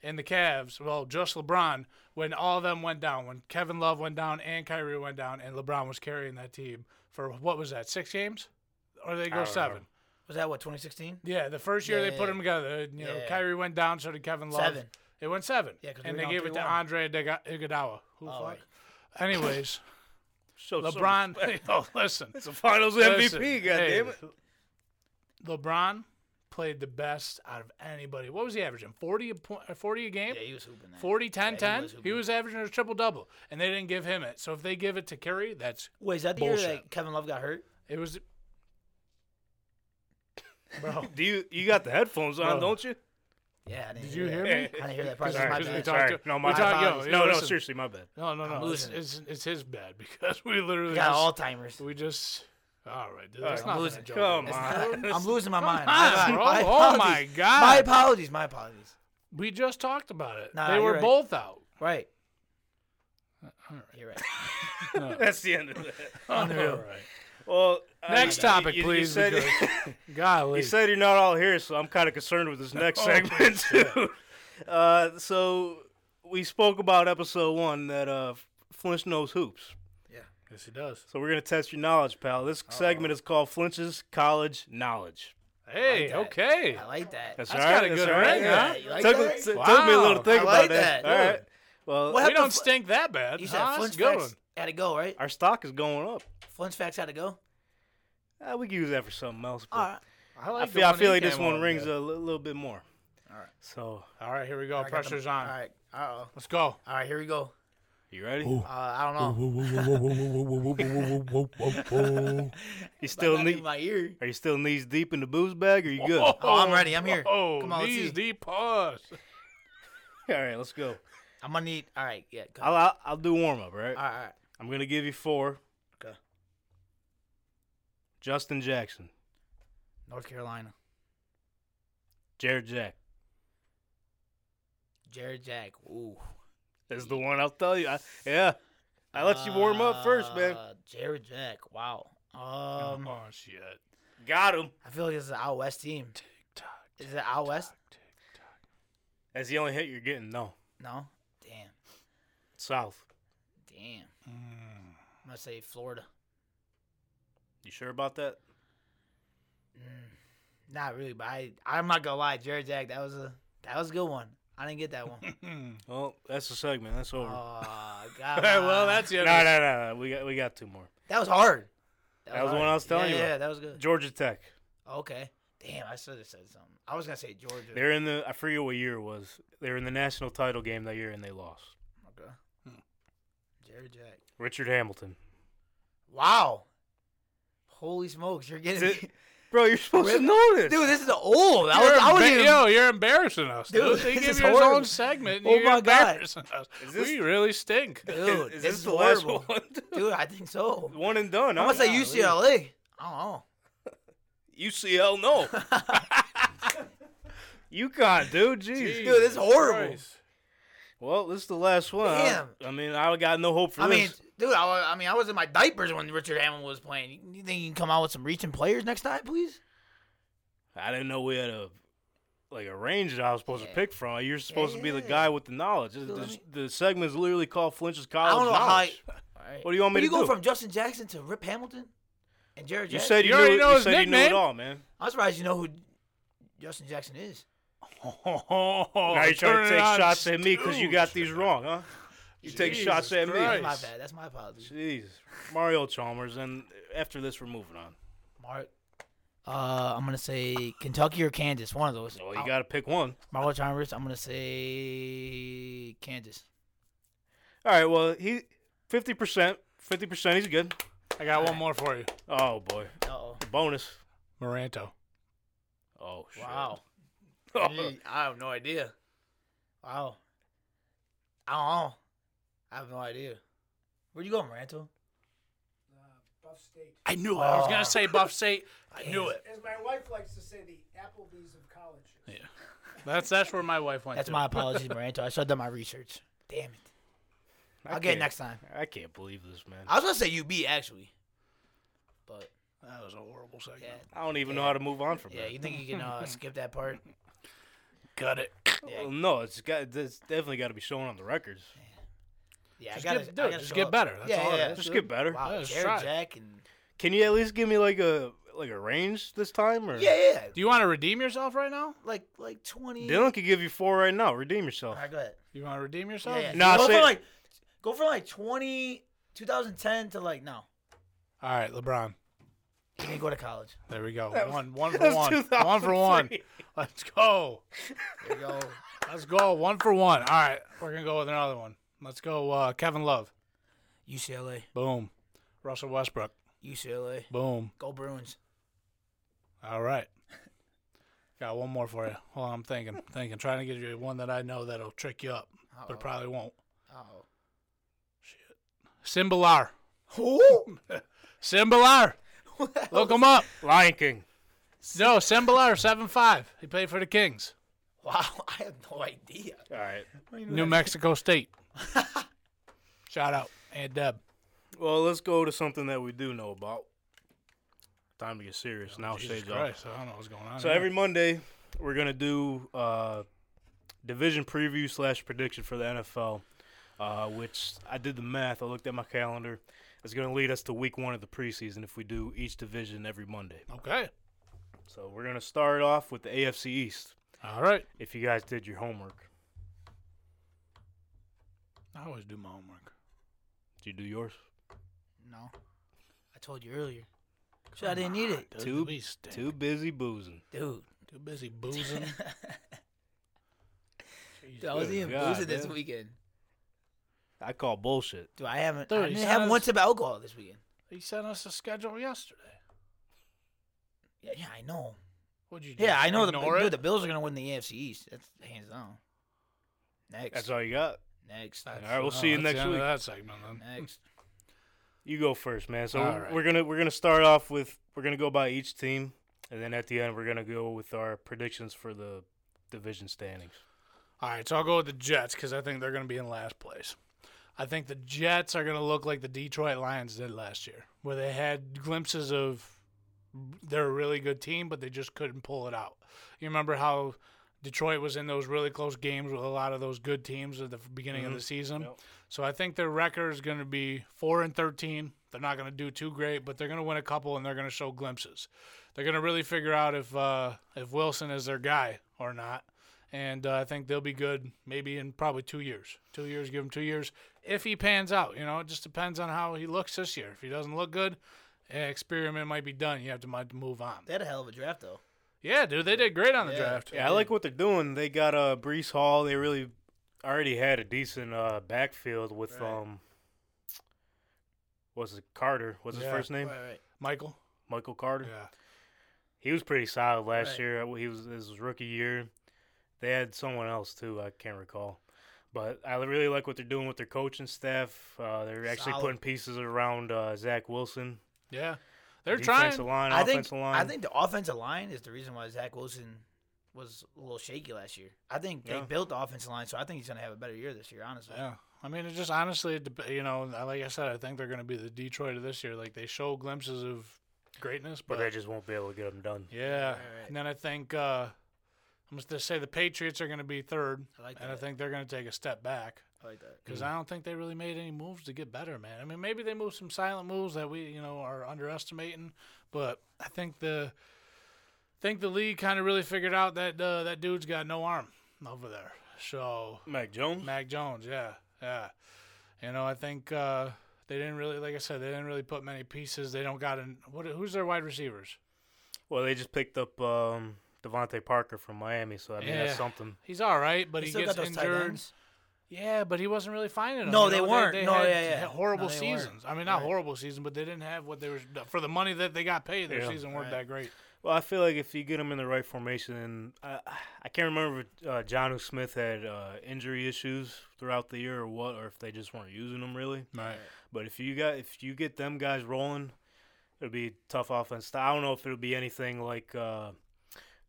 Speaker 2: and the Cavs. Well, just LeBron when all of them went down, when Kevin Love went down and Kyrie went down, and LeBron was carrying that team for what was that six games, or they go
Speaker 3: don't
Speaker 2: seven?
Speaker 3: remember.
Speaker 4: Was that what 2016?
Speaker 2: Yeah, the first year they put
Speaker 4: Yeah.
Speaker 2: them together. You know,
Speaker 4: Yeah.
Speaker 2: Kyrie went down, so did Kevin Love.
Speaker 4: Seven.
Speaker 2: It went seven.
Speaker 4: Yeah, 'cause we
Speaker 2: and
Speaker 4: were
Speaker 2: they
Speaker 4: down
Speaker 2: gave it to
Speaker 4: 3-1.
Speaker 2: Andre Diga- Iguodala. Who fuck?
Speaker 4: right. (laughs)
Speaker 2: Anyways,
Speaker 3: Show some
Speaker 2: LeBron.
Speaker 3: respect.
Speaker 2: oh, (laughs) listen,
Speaker 3: It's a Finals
Speaker 2: Listen,
Speaker 3: MVP.
Speaker 2: hey,
Speaker 3: goddammit.
Speaker 2: LeBron played the best out of anybody. What was he averaging? Forty a point, uh, forty a game.
Speaker 4: Yeah, he was hooping that.
Speaker 2: 40, 10,
Speaker 4: Yeah,
Speaker 2: 10.
Speaker 4: he
Speaker 2: He
Speaker 4: was
Speaker 2: was,
Speaker 4: hooping.
Speaker 2: averaging a triple double, and they didn't give him it. So if they give it to Curry, that's
Speaker 4: Wait, is that the year
Speaker 2: Bullshit.
Speaker 4: that Kevin Love got hurt?
Speaker 2: it was. Bro,
Speaker 3: Do you you got the headphones on,
Speaker 2: Bro.
Speaker 3: don't you?
Speaker 4: Yeah, I didn't
Speaker 2: did
Speaker 4: hear
Speaker 2: you hear
Speaker 4: that.
Speaker 2: me?
Speaker 4: I didn't hear that part.
Speaker 2: Sorry,
Speaker 4: my
Speaker 2: 'cause we
Speaker 4: bad.
Speaker 2: talked-
Speaker 3: Sorry. No, my
Speaker 2: we talked-
Speaker 3: bad.
Speaker 2: yo, yo,
Speaker 3: no, no,
Speaker 2: listen.
Speaker 3: seriously, my bad.
Speaker 2: No, no, no. It's,
Speaker 4: losing it.
Speaker 2: it's, it's his bad (laughs) because we literally
Speaker 4: Got
Speaker 2: just-
Speaker 4: Alzheimer's.
Speaker 2: we just all right. Dude, that's
Speaker 3: right,
Speaker 2: not losing.
Speaker 4: losing it.
Speaker 2: Joke.
Speaker 3: Come
Speaker 4: It's
Speaker 3: on.
Speaker 4: not- I'm losing my mind.
Speaker 2: on,
Speaker 4: My
Speaker 2: bro.
Speaker 4: bad.
Speaker 2: Oh, my
Speaker 4: apologies.
Speaker 2: God.
Speaker 4: My apologies. My apologies.
Speaker 2: We just talked about it.
Speaker 4: Nah,
Speaker 2: they
Speaker 4: you're
Speaker 2: were
Speaker 4: right.
Speaker 2: both out.
Speaker 4: (laughs) Right.
Speaker 2: all right.
Speaker 4: You're
Speaker 3: (laughs)
Speaker 4: right.
Speaker 3: That's the end of that.
Speaker 2: Unreal.
Speaker 3: Well, I-
Speaker 2: Next topic,
Speaker 3: you- you
Speaker 2: please.
Speaker 3: said-
Speaker 2: because- golly.
Speaker 3: (laughs) You said you're not all here, so I'm kind of concerned with this
Speaker 4: Oh,
Speaker 3: next segment too. (laughs) Uh, so we spoke about episode one that uh, Flinch knows hoops.
Speaker 2: yes, he does.
Speaker 3: So we're gonna test your knowledge, pal. This segment is called Flinch's College Knowledge.
Speaker 2: Hey,
Speaker 4: that.
Speaker 2: okay.
Speaker 4: I like that.
Speaker 3: That's,
Speaker 2: That's
Speaker 3: all right.
Speaker 2: got a
Speaker 3: that's
Speaker 2: good
Speaker 3: all right.
Speaker 2: ring,
Speaker 3: yeah.
Speaker 2: huh?
Speaker 4: You like
Speaker 3: took,
Speaker 4: that?
Speaker 3: t- took me a little
Speaker 2: Wow.
Speaker 3: to think
Speaker 4: I
Speaker 3: about
Speaker 4: like
Speaker 3: that.
Speaker 4: that,
Speaker 3: All
Speaker 4: dude.
Speaker 3: right. Well,
Speaker 4: What
Speaker 2: We
Speaker 4: happened
Speaker 2: don't
Speaker 4: to Fl-
Speaker 2: stink that bad.
Speaker 4: You said
Speaker 2: huh? That's
Speaker 4: Flinch
Speaker 2: a good
Speaker 4: facts had to go, right?
Speaker 3: our stock is going up.
Speaker 4: Flinch facts had to go.
Speaker 3: Uh, we can use that for something else. But
Speaker 4: All right.
Speaker 2: one. I,
Speaker 3: I
Speaker 2: like the
Speaker 3: feel, I
Speaker 2: one
Speaker 3: feel
Speaker 2: he
Speaker 3: like this
Speaker 2: came
Speaker 3: one
Speaker 2: up
Speaker 3: rings
Speaker 2: with.
Speaker 3: a li- little bit more.
Speaker 4: All right.
Speaker 3: So
Speaker 2: All right, here we go. Pressure's on.
Speaker 4: All right. Uh oh.
Speaker 2: Let's go.
Speaker 4: All right. Here we go.
Speaker 3: you ready?
Speaker 4: Uh, I don't know. (laughs)
Speaker 3: You still
Speaker 4: Not in
Speaker 3: knee?
Speaker 4: my ear.
Speaker 3: Are you still knees deep in the booze bag? Or you good?
Speaker 4: Oh, I'm ready. I'm here.
Speaker 2: Oh,
Speaker 4: Come on, let's
Speaker 2: knees
Speaker 4: see.
Speaker 2: deep pause.
Speaker 3: (laughs) All right, let's go.
Speaker 4: I'm gonna need. All right. Yeah. Go. All
Speaker 3: I'll I'll, I'll do warm up. Right.
Speaker 4: right. All right.
Speaker 3: I'm gonna give you four.
Speaker 4: Okay.
Speaker 3: Justin Jackson,
Speaker 4: North Carolina.
Speaker 3: Jared Jack.
Speaker 4: Jared Jack. Ooh.
Speaker 3: That's the one I'll tell you. I, yeah. I let you warm up first, man.
Speaker 4: Uh, Jared Jack. Wow. Um,
Speaker 2: oh shit.
Speaker 3: Got him.
Speaker 4: I feel like this is an out west team.
Speaker 2: Tick-tock,
Speaker 4: Is it out west?
Speaker 2: tick-tock.
Speaker 3: That's the only hit you're getting. No.
Speaker 4: No. Damn.
Speaker 3: South.
Speaker 4: Damn.
Speaker 2: Mm.
Speaker 4: gonna say Florida.
Speaker 3: You sure about that?
Speaker 4: Mm. Not really, but I I'm not gonna lie, Jared Jack, that was a that was a good one. I didn't get that one.
Speaker 3: (laughs) Well, Oh, that's the segment. That's over. (laughs)
Speaker 4: oh God.
Speaker 2: well, that's the
Speaker 3: no,
Speaker 2: other.
Speaker 3: no, no, no. We got we got two more.
Speaker 4: that was hard.
Speaker 3: That was the
Speaker 4: hard.
Speaker 3: one I was telling
Speaker 4: yeah,
Speaker 3: you about.
Speaker 4: Yeah, that was good.
Speaker 3: Georgia Tech.
Speaker 4: Okay. Damn, I should have said something. I was gonna say Georgia.
Speaker 3: They're in the I forget what year it was. They were in the national title game that year and they lost.
Speaker 4: Okay.
Speaker 3: Hmm.
Speaker 4: Jared Jack.
Speaker 3: Richard Hamilton.
Speaker 4: Wow. Holy smokes, you're getting
Speaker 3: Is it- Bro, you're supposed to know this.
Speaker 4: (laughs) Dude, this is the old. I
Speaker 2: You're
Speaker 4: was, I was
Speaker 2: embar-
Speaker 4: even,
Speaker 2: yo, you're embarrassing us, dude.
Speaker 4: Dude,
Speaker 2: they
Speaker 4: this
Speaker 2: give
Speaker 4: is
Speaker 2: you his
Speaker 4: horrible.
Speaker 2: own segment. And
Speaker 4: Oh
Speaker 2: you're
Speaker 4: my God.
Speaker 2: embarrassing us.
Speaker 3: this-
Speaker 2: we really stink.
Speaker 4: (laughs) dude,
Speaker 3: is,
Speaker 4: this,
Speaker 3: this
Speaker 4: is
Speaker 3: the
Speaker 4: horrible.
Speaker 3: last one?
Speaker 4: Dude, I think so.
Speaker 3: one and done.
Speaker 4: I'm
Speaker 3: huh?
Speaker 4: gonna say UCLA. I don't know.
Speaker 3: UCL, no. UConn, dude. Jeez.
Speaker 2: Jeez
Speaker 4: Dude, this is horrible.
Speaker 2: Christ.
Speaker 3: Well, this is the last one. I-
Speaker 4: Damn.
Speaker 3: I, mean, I got no hope for
Speaker 4: I
Speaker 3: this.
Speaker 4: mean, dude, I, wa- I mean, I was in my diapers when Richard Hammond was playing. You think you can come out with some reaching players next time, please?
Speaker 3: I didn't know we had a like a range that I was supposed
Speaker 4: Yeah.
Speaker 3: to pick from. You're supposed to be the
Speaker 4: yeah,
Speaker 3: guy with the knowledge. This-
Speaker 4: Dude, let
Speaker 3: this- the segment's literally called Flinch's
Speaker 4: I
Speaker 3: College.
Speaker 4: don't know how. I,
Speaker 3: Knowledge. What do you want me
Speaker 4: But you
Speaker 3: to
Speaker 4: go
Speaker 3: do?
Speaker 4: from Justin Jackson to Rip Hamilton and Jared
Speaker 3: you
Speaker 4: Jackson.
Speaker 3: said you,
Speaker 2: You
Speaker 3: knew
Speaker 2: already
Speaker 3: it-
Speaker 2: know
Speaker 3: you
Speaker 2: his
Speaker 3: said you
Speaker 2: nickname.
Speaker 3: knew it all, man.
Speaker 4: I'm surprised you know who Justin Jackson is.
Speaker 3: now you're trying to
Speaker 2: turning
Speaker 3: take
Speaker 2: on
Speaker 3: shots at me because you got
Speaker 2: Stooge.
Speaker 3: these wrong, huh? You take
Speaker 2: Jesus
Speaker 3: shots at
Speaker 4: That's
Speaker 2: Christ.
Speaker 3: me.
Speaker 4: my bad. That's my apology,
Speaker 3: Jeez, Mario Chalmers. And after this, we're moving on.
Speaker 4: Mark. Uh, I'm gonna say Kentucky or Kansas. One of those.
Speaker 3: Well, Oh, you got to pick one.
Speaker 4: Marvel Chalmers. I'm gonna say Kansas.
Speaker 3: All right. Well, he fifty percent. Fifty percent. He's good.
Speaker 2: I got one more for you,
Speaker 3: Oh boy,
Speaker 4: Uh oh.
Speaker 3: bonus.
Speaker 2: Moranto.
Speaker 3: Oh shit.
Speaker 4: Wow.
Speaker 3: Oh,
Speaker 4: Gee, I have no idea. Wow. I don't know. I have no idea. Where'd you go, Maranto?
Speaker 2: I knew it. I was
Speaker 4: Oh.
Speaker 2: gonna say Buff State. I knew it.
Speaker 5: As my wife likes to say, the Applebee's of college.
Speaker 2: That's that's where my wife went.
Speaker 4: That's
Speaker 2: to.
Speaker 4: my apologies, Maranto. I should have done my research. Damn it.
Speaker 3: I
Speaker 4: I'll get it
Speaker 3: can't-
Speaker 4: next time.
Speaker 3: I can't believe this, man.
Speaker 4: I was gonna say UB actually, but
Speaker 2: That was a horrible segment.
Speaker 4: yeah,
Speaker 3: I don't even know how to move on from
Speaker 4: yeah.
Speaker 3: that.
Speaker 4: You think you
Speaker 2: (laughs)
Speaker 4: can uh, skip that part?
Speaker 2: Cut it.
Speaker 4: Yeah,
Speaker 3: Well, no, it's got. It's definitely got to be shown on the records.
Speaker 4: yeah.
Speaker 2: Just
Speaker 4: I gotta,
Speaker 2: get,
Speaker 4: I
Speaker 2: dude,
Speaker 4: gotta
Speaker 2: just
Speaker 4: show
Speaker 2: get
Speaker 4: up.
Speaker 2: better. That's
Speaker 4: yeah,
Speaker 2: all.
Speaker 4: yeah,
Speaker 2: it
Speaker 4: yeah.
Speaker 2: is.
Speaker 3: Just get better.
Speaker 4: Wow,
Speaker 2: Let's
Speaker 4: Jared
Speaker 2: try it.
Speaker 4: Jack and
Speaker 3: Can you at least give me like a like a range this time? Or
Speaker 4: yeah, yeah.
Speaker 2: Do you want to redeem yourself right now?
Speaker 4: Like like twenty.
Speaker 3: Dylan could give you four right now. Redeem yourself.
Speaker 4: All right, go ahead.
Speaker 2: You want to redeem yourself?
Speaker 4: Yeah, yeah.
Speaker 3: Nah,
Speaker 4: go
Speaker 3: say-
Speaker 4: for like go for like 20, 2010 to like no.
Speaker 2: All right, LeBron.
Speaker 4: You didn't go to college.
Speaker 2: There we go. one, one for
Speaker 3: that's
Speaker 2: one. One for one.
Speaker 3: 2003.
Speaker 2: Let's go.
Speaker 4: There
Speaker 2: (laughs)
Speaker 4: you go.
Speaker 2: Let's go. One for one. All right, we're gonna go with another one. Let's go. Uh, Kevin Love.
Speaker 4: UCLA,
Speaker 2: Boom. Russell Westbrook.
Speaker 4: UCLA,
Speaker 2: Boom.
Speaker 4: go Bruins.
Speaker 2: All right. Got one more for you. Hold on, I'm thinking, thinking, trying to get you one that I know that'll trick you up, but
Speaker 4: Uh-oh.
Speaker 2: it probably won't.
Speaker 4: Oh,
Speaker 2: (laughs) Simbalar.
Speaker 4: (laughs) who?
Speaker 2: Simbalar. Look (laughs) him up.
Speaker 3: Lion King.
Speaker 2: No, Simbalar, seven five. He played for the Kings.
Speaker 4: Wow, I have no idea.
Speaker 3: All right.
Speaker 2: New Mexico (laughs) State. Shout out. Aunt Deb.
Speaker 3: Well, let's go to something that we do know about. Time to get serious now.
Speaker 2: Jesus
Speaker 3: Shades off.
Speaker 2: Christ. I don't know what's going on.
Speaker 3: So
Speaker 2: here.
Speaker 3: every Monday we're gonna do uh, division preview slash prediction for the NFL. Uh, which I did the math. I looked at my calendar. It's gonna lead us to week one of the preseason if we do each division every Monday.
Speaker 2: Okay.
Speaker 3: So we're gonna start off with the AFC East.
Speaker 2: All right.
Speaker 3: If you guys did your homework,
Speaker 2: I always do my homework.
Speaker 3: did you do yours?
Speaker 4: No, I told you earlier. Shit, I didn't need it,
Speaker 3: Too-
Speaker 2: we stink.
Speaker 3: Too busy boozing.
Speaker 4: dude.
Speaker 2: Too busy
Speaker 4: (laughs)
Speaker 2: boozing.
Speaker 4: Dude, I was
Speaker 3: Good
Speaker 4: even
Speaker 3: God,
Speaker 4: boozing this
Speaker 3: dude.
Speaker 4: weekend.
Speaker 3: I call bullshit.
Speaker 4: Dude, I haven't.
Speaker 2: Dude,
Speaker 4: I
Speaker 2: he
Speaker 4: didn't have
Speaker 2: sounds-
Speaker 4: one sip of alcohol this weekend.
Speaker 2: he sent us a schedule yesterday.
Speaker 4: Yeah, yeah, I know.
Speaker 2: What'd you do?
Speaker 4: Yeah, I know. The,
Speaker 2: Ignore
Speaker 4: dude,
Speaker 2: it?
Speaker 4: the Bills are gonna win the AFC East. That's hands down. Next,
Speaker 3: That's all you got.
Speaker 4: next,
Speaker 3: All right, we'll
Speaker 2: Oh,
Speaker 3: see you
Speaker 2: that's the
Speaker 3: next
Speaker 2: end
Speaker 3: week.
Speaker 2: Of that segment, then.
Speaker 4: next.
Speaker 3: You go first, man. So
Speaker 2: All right.
Speaker 3: we're gonna we're gonna start off with we're gonna go by each team, and then at the end we're gonna go with our predictions for the division standings.
Speaker 2: All right, so I'll go with the Jets because I think they're going to be in last place. I think the Jets are going to look like the Detroit Lions did last year, where they had glimpses of they're a really good team, but they just couldn't pull it out. You remember how Detroit was in those really close games with a lot of those good teams at the f- beginning of the season.
Speaker 3: Yep.
Speaker 2: So I think their record is going to be 4 and 13. They're not going to do too great, but they're going to win a couple and they're going to show glimpses. They're going to really figure out if uh, if Wilson is their guy or not. And uh, I think they'll be good maybe in probably two years. Two years, give him two years. If he pans out, you know, it just depends on how he looks this year. If he doesn't look good, eh, experiment might be done. You have to might move on.
Speaker 4: They had a hell of a draft though.
Speaker 2: Yeah, dude, they did great on the
Speaker 4: Yeah.
Speaker 2: draft.
Speaker 3: Yeah, I like what they're doing. They got uh Brees Hall. They really already had a decent uh backfield with
Speaker 4: Right.
Speaker 3: um what's it Carter? What's his
Speaker 2: Yeah.
Speaker 3: first name?
Speaker 4: Right, right.
Speaker 2: Michael.
Speaker 3: Michael Carter.
Speaker 2: Yeah.
Speaker 3: He was pretty solid last
Speaker 4: Right.
Speaker 3: year. Uh, He was his rookie year. They had someone else too. I can't recall, but I really like what they're doing with their coaching staff. Uh, they're actually
Speaker 4: Solid.
Speaker 3: putting pieces around uh, Zach Wilson.
Speaker 2: Yeah. They're
Speaker 3: defensive
Speaker 2: trying.
Speaker 3: line,
Speaker 4: I
Speaker 3: offensive
Speaker 4: think
Speaker 3: line.
Speaker 4: I think the offensive line is the reason why Zach Wilson was a little shaky last year. I think they
Speaker 3: Yeah.
Speaker 4: built the offensive line, so I think he's gonna have a better year this year. Honestly,
Speaker 2: Yeah. I mean, it just honestly, it dep- you know, I- like I said, I think they're going to be the Detroit of this year. Like they show glimpses of greatness, but,
Speaker 3: but they just won't be able to get them done.
Speaker 2: yeah.
Speaker 4: right.
Speaker 2: And then I think uh, I'm just going to say the Patriots are going to be third,
Speaker 4: I like
Speaker 2: and I
Speaker 4: that.
Speaker 2: think they're going to take a step back.
Speaker 4: I like that.
Speaker 3: Mm.
Speaker 2: because I don't think they really made any moves to get better, man. I mean, maybe they moved some silent moves that we you know are underestimating, but I think the think the league kind of really figured out that uh, that dude's got no arm over there. So
Speaker 3: Mac Jones.
Speaker 2: Mac Jones, yeah, yeah. You know, I think uh, they didn't really, like I said, they didn't really put many pieces. They don't got an what? Who's their wide receivers?
Speaker 3: Well, they just picked up um, Devontae Parker from Miami, so I mean
Speaker 2: Yeah.
Speaker 3: that's something.
Speaker 2: He's all right, but
Speaker 4: They
Speaker 2: he
Speaker 4: still
Speaker 2: gets
Speaker 4: got those tight
Speaker 2: injured.
Speaker 4: ends.
Speaker 2: Yeah, but he wasn't really finding them.
Speaker 4: No,
Speaker 2: you
Speaker 4: they
Speaker 2: know?
Speaker 4: weren't. No,
Speaker 2: had,
Speaker 4: yeah, yeah.
Speaker 2: had horrible
Speaker 4: No, they weren't.
Speaker 2: seasons. I mean, not
Speaker 4: Right.
Speaker 2: horrible season, but they didn't have what they were for the money that they got paid. Their
Speaker 3: Yeah.
Speaker 2: season weren't
Speaker 4: Right.
Speaker 2: that great.
Speaker 3: Well, I feel like if you get them in the right formation, and I, I can't remember if uh, John Smith had uh, injury issues throughout the year or what, or if they just weren't using them really.
Speaker 2: Right.
Speaker 3: But if you got if you get them guys rolling, it'll be a tough offense. I don't know if it'll be anything like uh,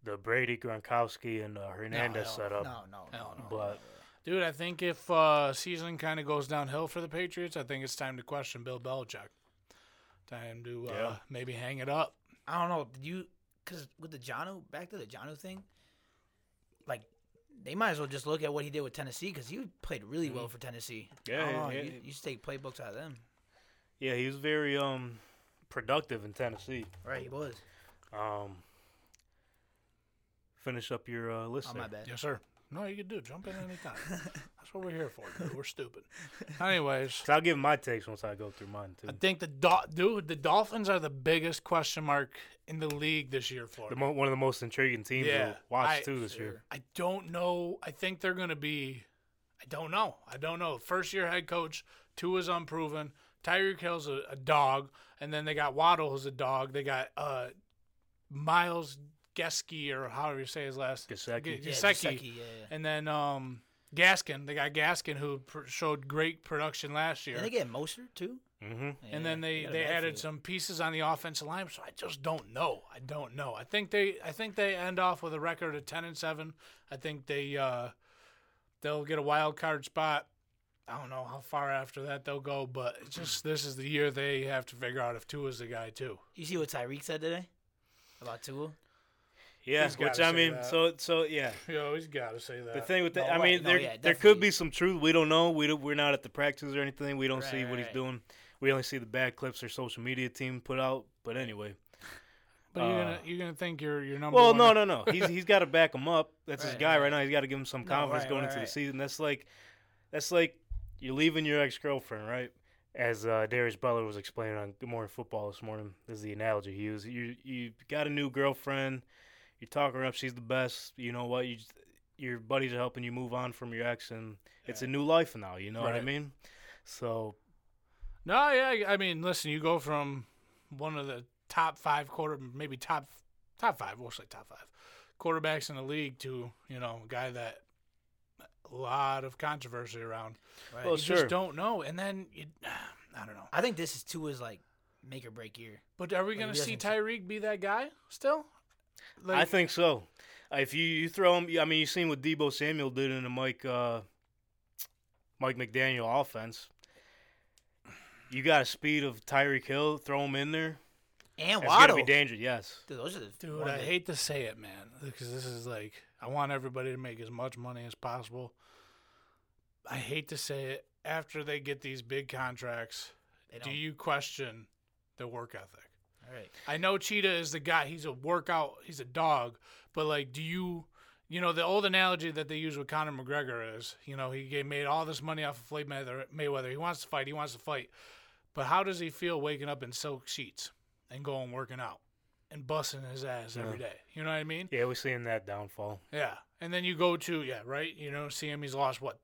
Speaker 3: the Brady Gronkowski and uh, Hernandez
Speaker 4: no,
Speaker 3: setup.
Speaker 4: No, no, no.
Speaker 2: Hell no.
Speaker 3: But
Speaker 2: Dude, I think if uh, season kind of goes downhill for the Patriots, I think it's time to question Bill Belichick. Time to uh,
Speaker 3: Yeah.
Speaker 2: maybe hang it up.
Speaker 4: I don't know. Did you? Because with the Janu, back to the Janu thing, like they might as well just look at what he did with Tennessee because he played really
Speaker 2: Mm-hmm.
Speaker 4: well for Tennessee.
Speaker 3: Yeah,
Speaker 4: I don't know,
Speaker 3: yeah,
Speaker 4: you,
Speaker 3: yeah.
Speaker 4: you should take playbooks out of them.
Speaker 3: yeah, he was very um, productive in Tennessee.
Speaker 4: Right, he was.
Speaker 3: Um, finish up your uh, list.
Speaker 4: Oh
Speaker 3: there.
Speaker 4: my bad.
Speaker 2: Yes, sir. No, you can do. it. Jump in anytime. That's what we're here for. Dude. We're stupid. Anyways,
Speaker 3: 'Cause I'll give my takes once I go through mine too.
Speaker 2: I think the Dol- dude, the Dolphins are the biggest question mark in the league this year for
Speaker 3: The
Speaker 2: me.
Speaker 3: mo- one of the most intriguing teams
Speaker 2: Yeah,
Speaker 3: to watch
Speaker 2: I-
Speaker 3: too this year.
Speaker 2: I don't know. I think they're going to be. I don't know. I don't know. First year head coach, two is unproven. Tyreek Hill's a, a dog, and then they got Waddle who's a dog. They got uh, Miles Geske or however you say his last
Speaker 3: Gesicki.
Speaker 2: Ge-
Speaker 4: Yeah,
Speaker 2: Gesicki.
Speaker 4: Gesicki, yeah, yeah.
Speaker 2: and then um, Gaskin. They got Gaskin who pr- showed great production last year.
Speaker 4: Did they get Moser too?
Speaker 3: Mm-hmm.
Speaker 4: Yeah,
Speaker 2: and then they,
Speaker 4: got a
Speaker 2: they added
Speaker 4: backfield.
Speaker 2: some pieces on the offensive line. So I just don't know. I don't know. I think they I think they end off with a record of ten and seven. I think they uh, they'll get a wild card spot. I don't know how far after that they'll go, but it's (clears throat) just this is the year they have to figure out if two is the guy too.
Speaker 4: You see what Tyreek said today about Tua?
Speaker 3: Yeah,
Speaker 2: He's gotta
Speaker 3: which I
Speaker 2: say
Speaker 3: mean,
Speaker 2: that.
Speaker 3: so so yeah.
Speaker 2: You always got to say that.
Speaker 3: The thing with that,
Speaker 4: no
Speaker 3: I
Speaker 4: way.
Speaker 3: mean,
Speaker 4: No,
Speaker 3: there
Speaker 4: yeah,
Speaker 3: there could
Speaker 4: definitely.
Speaker 3: be some truth. We don't know. We don't, we're not at the practice or anything. We don't
Speaker 4: Right,
Speaker 3: see
Speaker 4: right,
Speaker 3: what he's
Speaker 4: right.
Speaker 3: doing. We only see the bad clips their social media team put out. But anyway,
Speaker 2: but you're gonna
Speaker 3: uh,
Speaker 2: you're gonna think your your number.
Speaker 3: well,
Speaker 2: one-
Speaker 3: no, no, no. He's he's got to back him up. That's his
Speaker 4: Right,
Speaker 3: guy
Speaker 4: right.
Speaker 3: right now. He's got to give him some
Speaker 4: No,
Speaker 3: confidence
Speaker 4: right,
Speaker 3: going
Speaker 4: right,
Speaker 3: into the
Speaker 4: right.
Speaker 3: season. That's like that's like you're leaving your ex girlfriend, right? As uh, Darius Butler was explaining on Good Morning Football this morning, this is the analogy he used. You you got a new girlfriend. You talk her up. She's the best. You know what? You just- your buddies are helping you move on from your ex, and it's a new life now. You know what I
Speaker 2: Right.
Speaker 3: mean? So
Speaker 2: No, yeah, I mean, listen, you go from one of the top five quarter, maybe top top five, we'll say top five quarterbacks in the league to you know a guy that a lot of controversy around.
Speaker 4: Right.
Speaker 3: Well,
Speaker 2: you
Speaker 3: sure.
Speaker 2: just don't know, and then you, (sighs) I don't know.
Speaker 4: I think this is Tua's like make or break year.
Speaker 2: But are we
Speaker 4: Like,
Speaker 2: gonna
Speaker 4: he
Speaker 2: see
Speaker 4: doesn't-
Speaker 2: Tyreek be that guy still? Like,
Speaker 3: I think so. Uh, If you, you throw him, I mean, you seen what Debo Samuel did in the Mike uh, Mike McDaniel offense. You got a speed of Tyreek Hill. Throw him in there.
Speaker 4: And
Speaker 3: It's going to
Speaker 4: Waddle.
Speaker 3: be dangerous, yes.
Speaker 4: Dude, those are the
Speaker 2: Dude,
Speaker 4: one
Speaker 2: I
Speaker 4: that-
Speaker 2: hate to say it, man, because this is like I want everybody to make as much money as possible. I hate to say it. After they get these big contracts,
Speaker 4: They
Speaker 2: do
Speaker 4: don't.
Speaker 2: you question their work ethic?
Speaker 4: All right.
Speaker 2: I know Cheetah is the guy. He's a workout. He's a dog. But like, do you? You know, the old analogy that they use with Conor McGregor is, you know, he gave, made all this money off of Floyd Mayther- Mayweather. He wants to fight. He wants to fight. But how does he feel waking up in silk sheets and going working out and busting his ass every day? You know what I mean?
Speaker 3: Yeah, we're seeing that downfall.
Speaker 2: Yeah. And then you go to yeah, right. You know, see him. He's lost what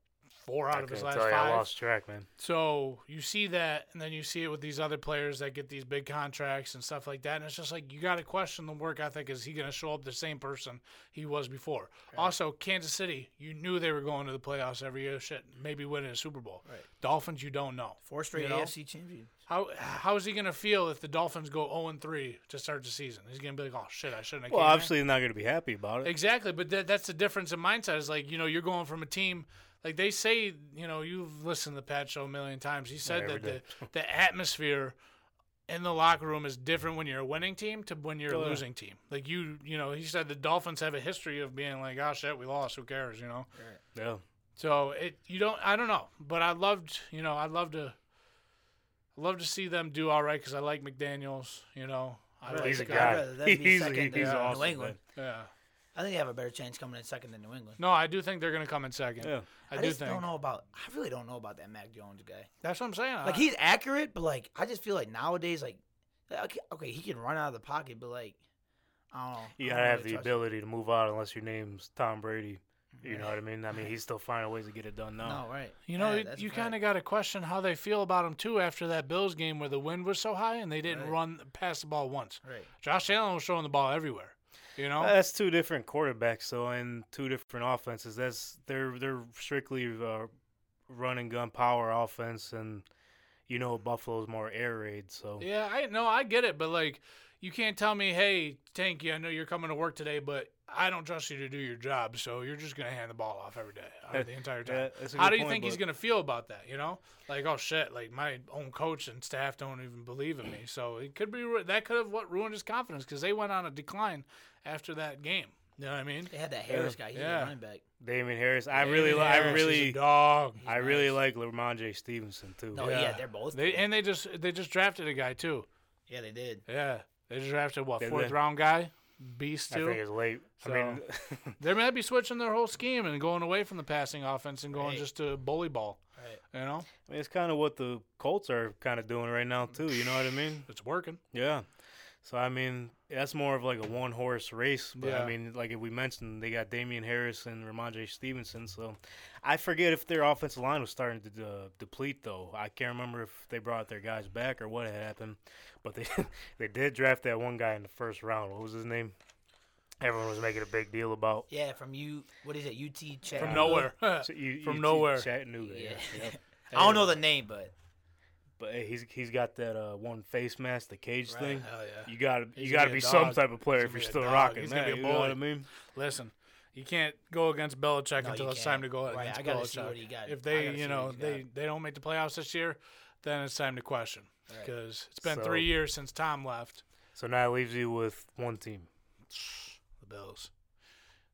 Speaker 2: four out of his
Speaker 3: Okay,
Speaker 2: last
Speaker 3: sorry,
Speaker 2: five.
Speaker 3: I lost track, man.
Speaker 2: So you see that, and then you see it with these other players that get these big contracts and stuff like that. And it's just like you got to question the work ethic. Is he going to show up the same person he was before? Also, Kansas City, you knew they were going to the playoffs every year. Shit, maybe winning a Super Bowl.
Speaker 4: Right.
Speaker 2: Dolphins, you don't know.
Speaker 4: Four straight
Speaker 2: You know?
Speaker 4: AFC champions.
Speaker 2: How how is he going to feel if the Dolphins go zero and three to start the season? He's going to be like, oh shit, I shouldn't. have
Speaker 3: Well,
Speaker 2: came here."
Speaker 3: obviously, he's not going to be happy about it.
Speaker 2: Exactly, but that, that's the difference in mindset. Is like you know you're going from a team like they say you know you've listened to the Pat Show a million times. He said
Speaker 3: every
Speaker 2: that the,
Speaker 3: day.
Speaker 2: the atmosphere in the locker room is different when you're a winning team to when you're a
Speaker 3: Oh, yeah.
Speaker 2: losing team. Like you you know he said the Dolphins have a history of being like oh shit we lost who cares you know
Speaker 3: Yeah.
Speaker 2: so it you don't I don't know but I loved you know I love to I love to see them do all right because I like McDaniel's you know I
Speaker 4: Right.
Speaker 2: like
Speaker 3: He's a
Speaker 4: I'd
Speaker 3: guy.
Speaker 4: rather them be
Speaker 3: He's,
Speaker 4: second
Speaker 3: he's
Speaker 4: than, uh, New
Speaker 3: awesome.
Speaker 4: England.
Speaker 2: yeah
Speaker 4: I think they have a better chance coming in second than New England.
Speaker 2: no I do think they're gonna come in
Speaker 3: man.
Speaker 2: second
Speaker 3: Yeah.
Speaker 2: I,
Speaker 4: I,
Speaker 2: do
Speaker 4: just
Speaker 2: think
Speaker 4: don't know about. I really don't know about that Mac Jones guy.
Speaker 2: That's what I'm saying.
Speaker 4: Like
Speaker 2: I-
Speaker 4: he's accurate, but like I just feel like nowadays, like okay, okay, he can run out of the pocket, but like I don't know.
Speaker 3: You
Speaker 4: I
Speaker 3: gotta
Speaker 4: don't
Speaker 3: have
Speaker 4: really
Speaker 3: the
Speaker 4: trust him.
Speaker 3: ability to move out unless your name's Tom Brady. You know what I mean? I mean, he's still finding ways to get it done now.
Speaker 4: No, right.
Speaker 2: you know,
Speaker 4: Yeah,
Speaker 2: you-
Speaker 4: that's
Speaker 2: you
Speaker 4: right.
Speaker 2: kind of got to question how they feel about him too after that Bills game where the wind was so high and they didn't
Speaker 4: Right.
Speaker 2: run pass the ball once.
Speaker 4: right.
Speaker 2: Josh Allen was throwing the ball everywhere. You know,
Speaker 3: Uh, That's two different quarterbacks, though, and two different offenses. That's they're they're strictly uh, run and gun power offense, and you know Buffalo's more air raid. So
Speaker 2: yeah, I know I get it, but like, you can't tell me, hey, Tanky, I know you're coming to work today, but I don't trust you to do your job, so you're just gonna hand the ball off every day, uh, the entire time.
Speaker 3: Yeah, that's a
Speaker 2: how
Speaker 3: good
Speaker 2: do you
Speaker 3: point,
Speaker 2: think he's
Speaker 3: but-
Speaker 2: gonna feel about that? You know, like, oh shit, like my own coach and staff don't even believe in me,
Speaker 3: (clears throat)
Speaker 2: so it could be ru- that could have what ruined his confidence because they went on a decline after that game. You know what I mean?
Speaker 4: They had that Harris guy. He's a
Speaker 2: Yeah.
Speaker 4: running back.
Speaker 3: Damian Harris, I really, li-
Speaker 2: Damien
Speaker 3: I
Speaker 2: Harris is a
Speaker 3: really,
Speaker 2: dog.
Speaker 3: I really like Lamondre Stevenson too.
Speaker 4: No, Oh, yeah, they're both.
Speaker 2: They
Speaker 4: good.
Speaker 2: and they just they just drafted a guy too.
Speaker 4: yeah, they did.
Speaker 2: Yeah, they just drafted what
Speaker 3: Did
Speaker 2: fourth
Speaker 3: they?
Speaker 2: round guy, beast
Speaker 3: I
Speaker 2: too.
Speaker 3: think it's late.
Speaker 2: So-
Speaker 3: (laughs) I mean,
Speaker 2: They might be switching their whole scheme and going away from the passing offense and going
Speaker 4: Right.
Speaker 2: just to bully ball.
Speaker 4: Right.
Speaker 2: You know,
Speaker 3: I mean, it's kind of what the Colts are kind of doing right now too. You know what I mean?
Speaker 2: it's working.
Speaker 3: Yeah. So I mean, that's more of like a one horse race. But
Speaker 2: Yeah.
Speaker 3: I mean, like we mentioned, they got Damian Harris and Ramondre Stevenson. So I forget if their offensive line was starting to uh, deplete though. I can't remember if they brought their guys back or what had happened. But they (laughs) they did draft that one guy in the first round. What was his name? Everyone was making a big deal about.
Speaker 4: Yeah, from you. What is it? UT Chattanooga.
Speaker 2: From
Speaker 3: (laughs)
Speaker 2: nowhere. (laughs)
Speaker 3: So you-
Speaker 2: Uh, From
Speaker 3: you-
Speaker 2: nowhere.
Speaker 3: Chattanooga.
Speaker 4: Yeah.
Speaker 3: Yeah. yeah.
Speaker 4: I don't know the name, but
Speaker 3: But hey, he's he's got that uh, one face mask, the cage
Speaker 4: Right.
Speaker 3: thing.
Speaker 2: Hell yeah.
Speaker 3: You gotta
Speaker 2: He's
Speaker 3: you
Speaker 2: gonna
Speaker 3: gotta
Speaker 2: be a
Speaker 3: be, some
Speaker 2: dog.
Speaker 3: type of player
Speaker 2: He's
Speaker 3: if
Speaker 2: gonna
Speaker 3: you're
Speaker 2: be a
Speaker 3: still
Speaker 2: dog.
Speaker 3: rocking
Speaker 2: He's
Speaker 3: that.
Speaker 2: gonna be a
Speaker 3: you know what I
Speaker 2: bully.
Speaker 3: mean?
Speaker 2: Listen, you can't go against Belichick
Speaker 4: No,
Speaker 2: until
Speaker 4: you
Speaker 2: it's time to
Speaker 4: can't.
Speaker 2: go
Speaker 4: Right,
Speaker 2: against
Speaker 4: I gotta
Speaker 2: Belichick.
Speaker 4: see what he got.
Speaker 2: If
Speaker 4: I
Speaker 2: they,
Speaker 4: gotta
Speaker 2: you
Speaker 4: see
Speaker 2: know,
Speaker 4: what he's
Speaker 2: they they don't make the playoffs this year, then it's time to question
Speaker 4: Right.
Speaker 2: because it's been
Speaker 3: So-
Speaker 2: three years since Tom left.
Speaker 3: So now it leaves you with one team.
Speaker 2: The Bills,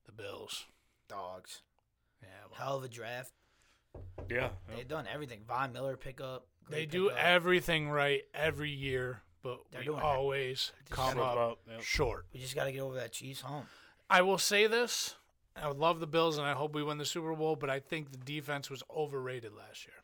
Speaker 2: the Bills.
Speaker 4: dogs.
Speaker 2: Yeah, well,
Speaker 4: Hell of a draft.
Speaker 3: Yeah.
Speaker 4: They've done everything. Von Miller pickup.
Speaker 2: they
Speaker 4: great
Speaker 2: do
Speaker 4: pickup.
Speaker 2: everything right every year, but
Speaker 4: They're
Speaker 2: we
Speaker 4: doing it.
Speaker 2: always come
Speaker 3: Slip
Speaker 2: up
Speaker 3: up, yep.
Speaker 2: short.
Speaker 4: We just got to get over that Chiefs home.
Speaker 2: I will say this: I love the Bills, and I hope we win the Super Bowl. But I think the defense was overrated last year.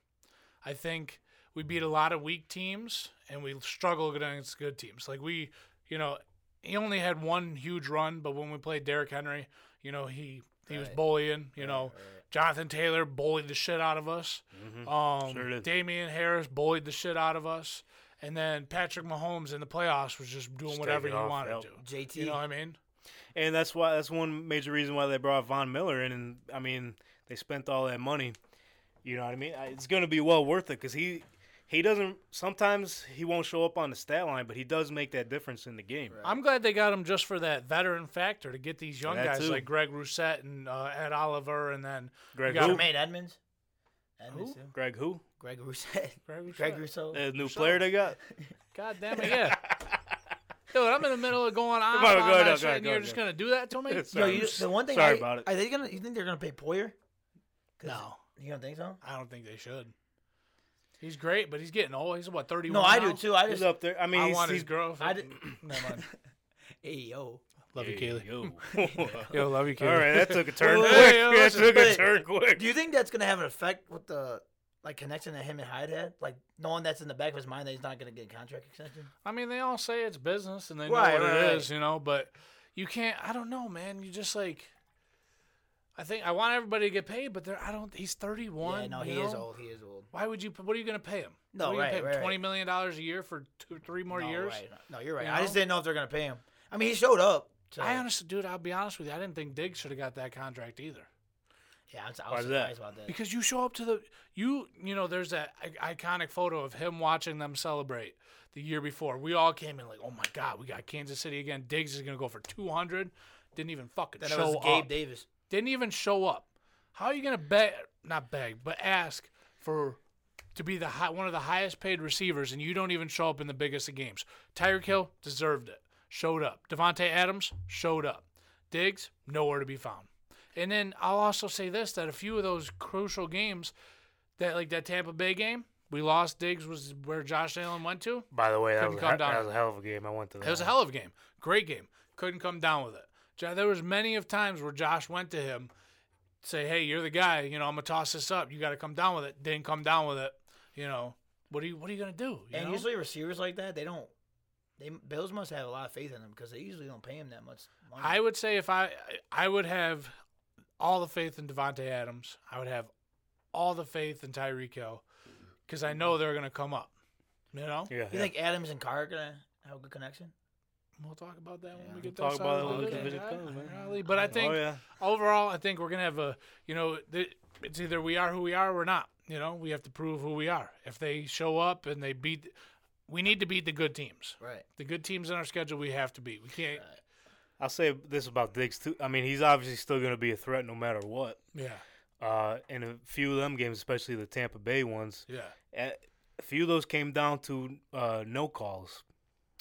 Speaker 2: I think we beat a lot of weak teams, and we struggled against good teams. Like we, you know, he only had one huge run, but when we played Derrick Henry, you know, he he was
Speaker 4: Right.
Speaker 2: bullying. You know, Jonathan Taylor bullied the shit out of
Speaker 3: (laughs)
Speaker 2: us.
Speaker 3: Mm-hmm.
Speaker 2: Um,
Speaker 3: Sure did.
Speaker 2: Damian Harris bullied the shit out of us. And then Patrick Mahomes in the playoffs was just doing
Speaker 3: Just
Speaker 2: whatever
Speaker 3: take
Speaker 2: he
Speaker 3: it off,
Speaker 2: wanted
Speaker 3: yep.
Speaker 2: to.
Speaker 4: JT.
Speaker 2: You know what I mean?
Speaker 3: And that's why that's one major reason why they brought Von Miller in. And I mean, they spent all that money. You know what I mean? I- It's gonna be well worth it because he he doesn't. Sometimes he won't show up on the stat line, but he does make that difference in the game.
Speaker 2: I'm glad they got him just for that veteran factor to get these young
Speaker 3: That
Speaker 2: guys
Speaker 3: too.
Speaker 2: like Greg Rousset and uh, Ed Oliver, and then
Speaker 3: Greg
Speaker 2: you got
Speaker 3: who?
Speaker 4: Jermaine Edmonds. Edmonds
Speaker 2: Who?
Speaker 4: too.
Speaker 3: Greg who?
Speaker 4: Greg
Speaker 2: (laughs)
Speaker 4: Rousseau.
Speaker 2: Greg Rousset.
Speaker 4: Greg Rousseau.
Speaker 3: (laughs) The new player they got.
Speaker 2: God damn it, yeah. Dude, I'm in the middle of going on,
Speaker 3: Go ahead,
Speaker 2: on
Speaker 3: go ahead,
Speaker 2: that
Speaker 3: go
Speaker 2: shit,
Speaker 3: ahead,
Speaker 2: and
Speaker 3: go
Speaker 2: you're
Speaker 3: ahead,
Speaker 2: just
Speaker 3: go
Speaker 2: gonna do that to
Speaker 3: (laughs)
Speaker 2: me?
Speaker 4: Yo,
Speaker 3: Sorry.
Speaker 4: you, the one thing
Speaker 3: Sorry
Speaker 4: I-
Speaker 3: about it.
Speaker 4: Are they gonna? You think they're gonna pay Poyer? 'Cause-
Speaker 2: No.
Speaker 4: You don't think so?
Speaker 2: I don't think they should. He's great, but he's getting old. He's what 31.
Speaker 4: No, I
Speaker 2: now?
Speaker 4: do too. I
Speaker 3: He's
Speaker 4: just
Speaker 3: up there. I mean,
Speaker 2: I
Speaker 3: he's,
Speaker 2: want his
Speaker 3: he's
Speaker 2: girl. (clears throat)
Speaker 4: I did. Never mind. (laughs) Hey yo.
Speaker 2: Love you, Kaylee.
Speaker 3: (laughs) Yo.
Speaker 2: Yo, love you, Kaylee.
Speaker 3: All (laughs) right, that took a turn
Speaker 2: Hey,
Speaker 3: quick.
Speaker 2: yo,
Speaker 3: (laughs) that
Speaker 2: listen,
Speaker 3: took a
Speaker 4: but-
Speaker 3: turn
Speaker 4: Do
Speaker 3: quick.
Speaker 4: you think that's gonna have an effect with the like connection that him and Hyde had? Like knowing that's in the back of his mind that he's not gonna get a contract extension.
Speaker 2: I mean, they all say it's business and they know
Speaker 4: Right,
Speaker 2: what it is,
Speaker 4: right, right.
Speaker 2: you know, but you can't, I don't know, man. You just like, I think I want everybody to get paid, but they're, I don't, he's 31.
Speaker 4: yeah, no,
Speaker 2: you
Speaker 4: he is
Speaker 2: know?
Speaker 4: old. He is old.
Speaker 2: Why would you, what are you going to pay him?
Speaker 4: No,
Speaker 2: what are you
Speaker 4: right,
Speaker 2: gonna pay
Speaker 4: right,
Speaker 2: him?
Speaker 4: right.
Speaker 2: $20 million dollars a year for two, three more
Speaker 4: No,
Speaker 2: years?
Speaker 4: right. No, you're right.
Speaker 2: You
Speaker 4: I just
Speaker 2: know?
Speaker 4: didn't know if they're gonna pay him. I mean, he showed up. So,
Speaker 2: I honestly, dude, I'll be honest with you. I didn't think Diggs should have got that contract either.
Speaker 4: yeah, I was, I
Speaker 3: Why's
Speaker 4: was
Speaker 3: that?
Speaker 4: surprised about that.
Speaker 2: Because you show up to the you you know there's that I- iconic photo of him watching them celebrate the year before. We all came in like, oh my god, we got Kansas City again. Diggs is gonna go for two hundred. Didn't even fucking
Speaker 4: Then it
Speaker 2: show
Speaker 4: was Gabe
Speaker 2: up.
Speaker 4: Davis.
Speaker 2: Didn't even show up. How are you gonna beg? Not beg, but ask for to be the high, one of the highest paid receivers, and you don't even show up in the biggest of games. Tyreek Hill deserved it. Showed up. Devontae Adams showed up. Diggs nowhere to be found. And then I'll also say this: that a few of those crucial games, that like that Tampa Bay game, we lost. Diggs was where Josh Allen went to.
Speaker 3: By the way, that
Speaker 2: Couldn't
Speaker 3: was, a,
Speaker 2: come
Speaker 3: he-
Speaker 2: down.
Speaker 3: that was a hell of a game. I went to that.
Speaker 2: It was a
Speaker 3: one.
Speaker 2: hell of a game. Great game. Couldn't come down with it. Jo- There was many of times where Josh went to him, say, "Hey, you're the guy. You know, I'm gonna toss this up. You got to come down with it." Didn't come down with it. You know, what are you? What are you gonna do? You
Speaker 4: and
Speaker 2: know?
Speaker 4: usually receivers like that, they don't. They Bills must have a lot of faith in them because they usually don't pay him that much. Money.
Speaker 2: I would say if I, I would have all the faith in Devonte Adams. I would have all the faith in Tyreek Hill because I know they're gonna come up. You know,
Speaker 3: Yeah,
Speaker 4: You
Speaker 3: yeah.
Speaker 4: think Adams and Carr are gonna have a good connection?
Speaker 2: we'll talk about that when
Speaker 4: Yeah.
Speaker 2: we get
Speaker 3: Talk
Speaker 2: that
Speaker 3: about
Speaker 2: side
Speaker 3: it
Speaker 2: of
Speaker 3: when
Speaker 2: the
Speaker 3: the
Speaker 2: division,
Speaker 3: division comes,
Speaker 2: right?
Speaker 3: man.
Speaker 2: Really, But I think
Speaker 3: Oh yeah.
Speaker 2: overall, I think we're gonna have a you know the, it's either we are who we are or not. You know, we have to prove who we are. If they show up and they beat, we need to beat the good teams.
Speaker 4: Right.
Speaker 2: The good teams in our schedule, we have to beat. We can't.
Speaker 3: I'll say this about Diggs too. I mean, he's obviously still going to be a threat no matter what.
Speaker 2: Yeah,
Speaker 3: Uh, and a few of them games, especially the Tampa Bay ones,
Speaker 2: yeah,
Speaker 3: eh, a few of those came down to uh, no calls.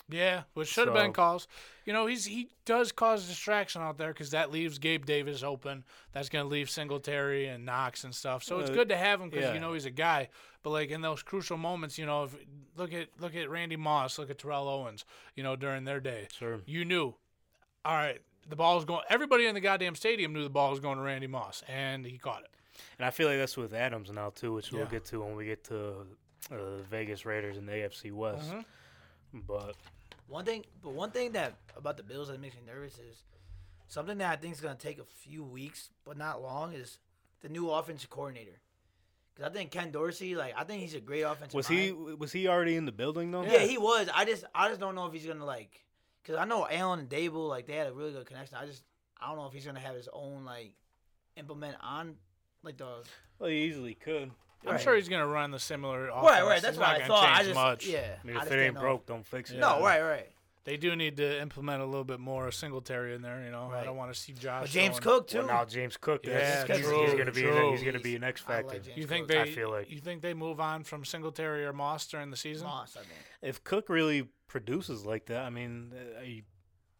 Speaker 2: yeah. Which should have been
Speaker 3: So-
Speaker 2: calls. You know, he's he does cause distraction out there because that leaves Gabe Davis open. That's gonna leave Singletary and Knox and stuff. So it's
Speaker 3: Uh,
Speaker 2: good to have him because
Speaker 3: yeah.
Speaker 2: you know he's a guy. But like in those crucial moments, you know, if look at look at Randy Moss, look at Terrell Owens. You know, during their day.
Speaker 3: Sure.
Speaker 2: you knew, all right, the ball was going. Everybody in the goddamn stadium knew the ball was going to Randy Moss, and he caught it.
Speaker 3: And I feel like that's with Adams now too, which we'll
Speaker 2: Yeah.
Speaker 3: get to when we get to uh, the Vegas Raiders and the AFC West.
Speaker 4: Mm-hmm.
Speaker 3: But
Speaker 4: One thing, but one thing that about the Bills that makes me nervous is something that I think is going to take a few weeks, but not long, is the new offensive coordinator. Because I think Ken Dorsey, like, I think he's a great offensive.
Speaker 3: was he
Speaker 4: mind.
Speaker 3: was he already in the building though?
Speaker 4: Yeah, he was. I just, I just don't know if he's going to like. Because I know Allen and Dable, like, they had a really good connection. I just, I don't know if he's going to have his own like implement on like the.
Speaker 3: Well, he easily could.
Speaker 2: I'm
Speaker 4: Right.
Speaker 2: sure he's going to run the similar. Offense.
Speaker 4: Right, right. That's
Speaker 2: He's
Speaker 4: what
Speaker 2: not
Speaker 4: I
Speaker 2: gonna
Speaker 4: thought. I
Speaker 2: change
Speaker 4: just,
Speaker 2: much.
Speaker 4: yeah.
Speaker 3: I mean,
Speaker 4: I
Speaker 3: if
Speaker 4: just
Speaker 3: it
Speaker 4: didn't
Speaker 3: ain't
Speaker 4: know.
Speaker 3: broke, don't fix it.
Speaker 4: No, right, right.
Speaker 2: They do need to implement a little bit more Singletary in there. You know, I
Speaker 4: Right.
Speaker 2: don't want to see Josh.
Speaker 4: But James
Speaker 2: throwing-
Speaker 4: Cook too.
Speaker 3: Well, now James Cook,
Speaker 2: Yeah,
Speaker 3: that's- he's,
Speaker 4: true,
Speaker 3: he's gonna be
Speaker 2: true.
Speaker 3: he's gonna be an X
Speaker 4: I like
Speaker 3: factor.
Speaker 4: James
Speaker 2: You think
Speaker 4: Cook.
Speaker 2: they?
Speaker 3: I feel like-
Speaker 2: you think they move on from Singletary or Moss during the season?
Speaker 4: Moss, I mean.
Speaker 3: if Cook really produces like that, I mean, uh, you-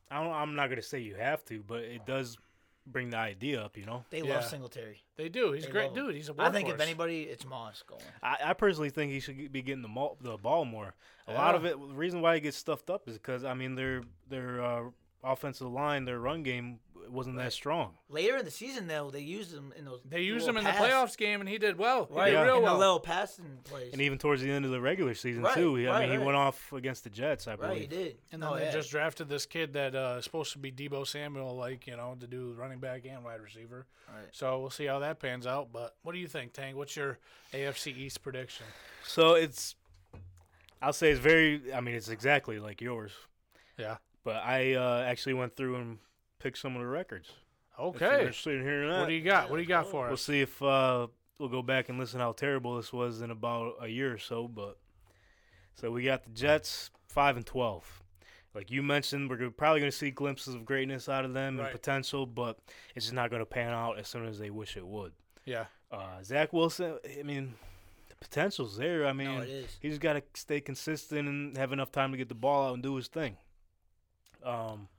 Speaker 3: I don't, I'm not gonna say you have to, but it does bring the idea up. You know,
Speaker 4: They
Speaker 2: Yeah.
Speaker 4: love Singletary.
Speaker 2: They do. He's a
Speaker 4: They
Speaker 2: great
Speaker 4: love him.
Speaker 2: dude. He's a workhorse.
Speaker 4: I think if anybody, it's Moss going.
Speaker 3: I, I personally think he should be getting the mo- the ball more. A lot of
Speaker 2: Yeah.
Speaker 3: it, the reason why he gets stuffed up is because I mean their their uh, offensive line, their run game wasn't that strong.
Speaker 4: Later in the season, though, they used him in those.
Speaker 2: they used him
Speaker 4: little
Speaker 2: in the
Speaker 4: pass-
Speaker 2: playoffs game, and he did well. He
Speaker 4: Right,
Speaker 2: did
Speaker 3: Yeah.
Speaker 2: real
Speaker 4: in
Speaker 2: well.
Speaker 4: the little passing plays.
Speaker 3: And even towards the end of the regular season
Speaker 4: Right,
Speaker 3: too. He- I
Speaker 4: right,
Speaker 3: mean, he
Speaker 4: right.
Speaker 3: went off against the Jets, I
Speaker 4: right, he
Speaker 3: believe.
Speaker 4: did.
Speaker 2: And then
Speaker 4: No,
Speaker 2: they
Speaker 4: Oh, yeah.
Speaker 2: just drafted this kid that uh, is supposed to be Debo Samuel, like you know, to do running back and wide receiver.
Speaker 4: Right.
Speaker 2: So we'll see how that pans out. But what do you think, Tang? What's your AFC East prediction?
Speaker 3: So it's, I'll say it's very. I mean, it's exactly like yours.
Speaker 2: Yeah.
Speaker 3: But I uh, actually went through and picked some of the records. If you're
Speaker 2: Okay.
Speaker 3: interested in hearing that,
Speaker 2: What do you got? What do you got for
Speaker 3: We'll
Speaker 2: us?
Speaker 3: see if uh, we'll go back and listen how terrible this was in about a year or so. But so we got the Jets five and twelve. Like you mentioned, we're gonna- probably going to see glimpses of greatness out of them
Speaker 2: Right.
Speaker 3: and potential, but it's just not going to pan out as soon as they wish it would.
Speaker 2: Yeah.
Speaker 3: Uh, Zach Wilson, I mean, the potential's there. I mean,
Speaker 4: it is.
Speaker 3: he's got to stay consistent and have enough time to get the ball out and do his thing. Um,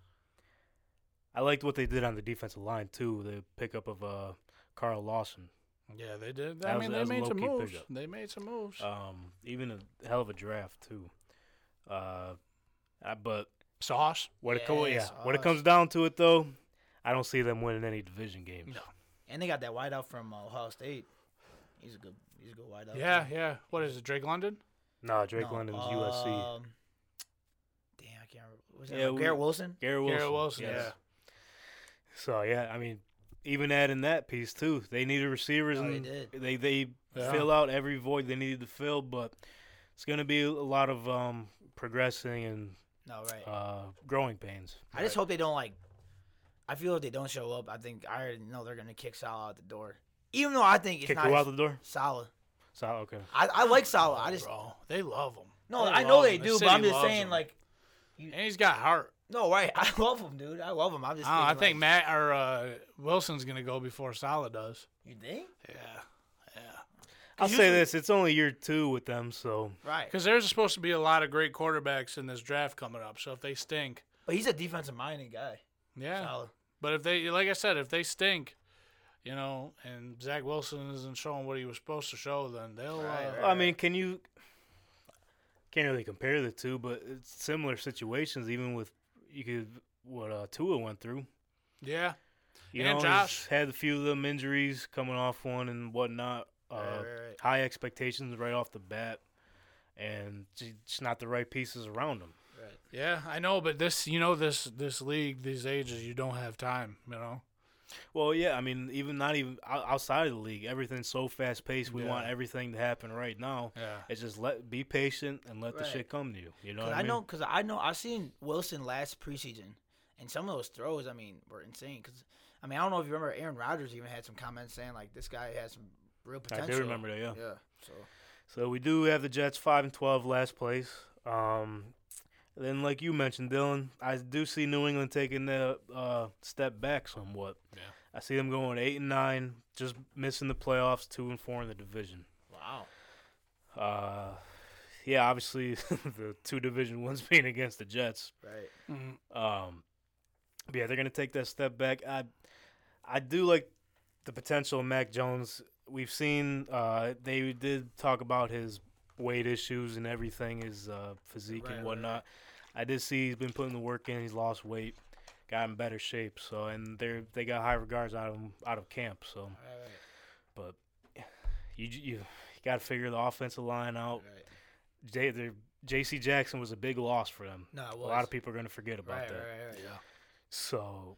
Speaker 3: I liked what they did on the defensive line too. The pickup of uh, Carl Lawson.
Speaker 2: Yeah, they did.
Speaker 3: That
Speaker 2: I
Speaker 3: was-
Speaker 2: mean,
Speaker 3: that was a
Speaker 2: they made some
Speaker 3: low-key
Speaker 2: moves.
Speaker 3: pickup.
Speaker 2: They made some moves.
Speaker 3: Um, even a hell of a draft too. Uh, I- but
Speaker 2: Sauce.
Speaker 3: when it
Speaker 2: Oh,
Speaker 3: comes,
Speaker 4: Yeah,
Speaker 3: yeah, when it
Speaker 4: sauce.
Speaker 3: comes down to it though, I don't see them winning any division games.
Speaker 2: No.
Speaker 4: And they got that wideout from uh, Ohio State. He's a good. He's a good wideout.
Speaker 2: Yeah,
Speaker 4: too.
Speaker 2: yeah. What is it, Drake London?
Speaker 3: Nah, Drake
Speaker 4: No,
Speaker 3: London's USC.
Speaker 4: um, Damn, I can't remember. Was that
Speaker 3: Yeah,
Speaker 4: uh,
Speaker 3: we-
Speaker 4: Garrett Wilson?
Speaker 3: Garrett Wilson.
Speaker 2: Garrett Wilson.
Speaker 3: yes.
Speaker 2: Yeah.
Speaker 3: So yeah, I mean, even adding that piece too, they needed receivers
Speaker 4: Oh, they
Speaker 3: and
Speaker 4: did.
Speaker 3: they they
Speaker 2: Yeah.
Speaker 3: fill out every void they needed to fill. But it's gonna be a lot of um, progressing and
Speaker 4: No, right.
Speaker 3: uh, growing pains.
Speaker 4: I just hope they don't like. I feel if they don't show up, I think I already know they're gonna kick Salah out the door. Even though I think it's
Speaker 3: Kick
Speaker 4: not
Speaker 3: who out
Speaker 4: his-
Speaker 3: the door?
Speaker 4: Salah.
Speaker 3: So okay.
Speaker 4: I, I like Salah. I just
Speaker 2: Bro, they love him.
Speaker 4: no.
Speaker 2: They
Speaker 4: I know
Speaker 2: love
Speaker 4: they
Speaker 2: him. The
Speaker 4: do, but
Speaker 2: city
Speaker 4: I'm just
Speaker 2: loves
Speaker 4: saying
Speaker 2: him.
Speaker 4: like
Speaker 2: and he's got heart.
Speaker 4: no, right? (laughs) I love him, dude. I love him. I'm just.
Speaker 2: I, don't know, I think
Speaker 4: thinking, like,
Speaker 2: Matt or uh, Wilson's gonna go before Salah does.
Speaker 4: You think?
Speaker 2: Yeah, yeah.
Speaker 3: I'll
Speaker 4: you
Speaker 3: say
Speaker 4: usually-
Speaker 3: this: it's only year two with them, so
Speaker 4: Right.
Speaker 2: Because there's supposed to be a lot of great quarterbacks in this draft coming up. So if they stink,
Speaker 4: But he's a defensive minded guy.
Speaker 2: yeah.
Speaker 4: Salah.
Speaker 2: But if they, like I said, if they stink, you know, and Zach Wilson isn't showing what he was supposed to show, then they'll.
Speaker 4: Right,
Speaker 2: uh,
Speaker 4: right.
Speaker 3: I mean, can you? Can't really compare the two, but it's similar situations. Even with you could what uh, Tua went through.
Speaker 2: Yeah,
Speaker 3: You
Speaker 2: And
Speaker 3: know,
Speaker 2: Josh.
Speaker 3: he's had a few of them injuries coming off one and whatnot. Uh,
Speaker 4: right, right.
Speaker 3: High expectations right off the bat, and j- just not the right pieces around him.
Speaker 2: yeah, I know. But this, you know, this this league these ages, you don't have time. You know.
Speaker 3: Well, yeah, I mean, even not even o- outside of the league, everything's so fast paced. We
Speaker 2: Yeah.
Speaker 3: want everything to happen right now.
Speaker 2: Yeah.
Speaker 3: It's just let be patient and let the
Speaker 4: Right.
Speaker 3: shit come to you. You know,
Speaker 4: Cause
Speaker 3: what
Speaker 4: I,
Speaker 3: I, mean?
Speaker 4: know, cause I know, I've seen Wilson last preseason, and some of those throws, I mean, were insane. Cause I mean, I don't know if you remember, Aaron Rodgers even had some comments saying like, this guy has some real
Speaker 3: I
Speaker 4: potential.
Speaker 3: do remember that. Yeah.
Speaker 4: Yeah. So
Speaker 3: So we do have the Jets five and twelve, last place. Um, then, like you mentioned, Dylan, I do see New England taking the uh, step back somewhat.
Speaker 2: Yeah.
Speaker 3: I see them going eight and nine, just missing the playoffs, two and four in the division.
Speaker 4: wow.
Speaker 3: Uh, yeah, obviously (laughs) the two division ones (laughs) being against the Jets.
Speaker 4: Right.
Speaker 3: Um, but yeah, they're gonna take that step back. I, I do like the potential of Mac Jones. We've seen uh, they did talk about his weight issues and everything, his uh, physique
Speaker 4: Right, right,
Speaker 3: and whatnot. I did see he's been putting the work in. He's lost weight, got in better shape. So and they are they got high regards out of him out of camp. So, but you you, you got to figure the offensive line out.
Speaker 4: Right.
Speaker 3: J, they're- J.C. Jackson was a big loss for them.
Speaker 4: No, it
Speaker 3: A
Speaker 4: was.
Speaker 3: lot of people are going to forget about
Speaker 4: Right,
Speaker 3: that.
Speaker 4: right, right.
Speaker 3: So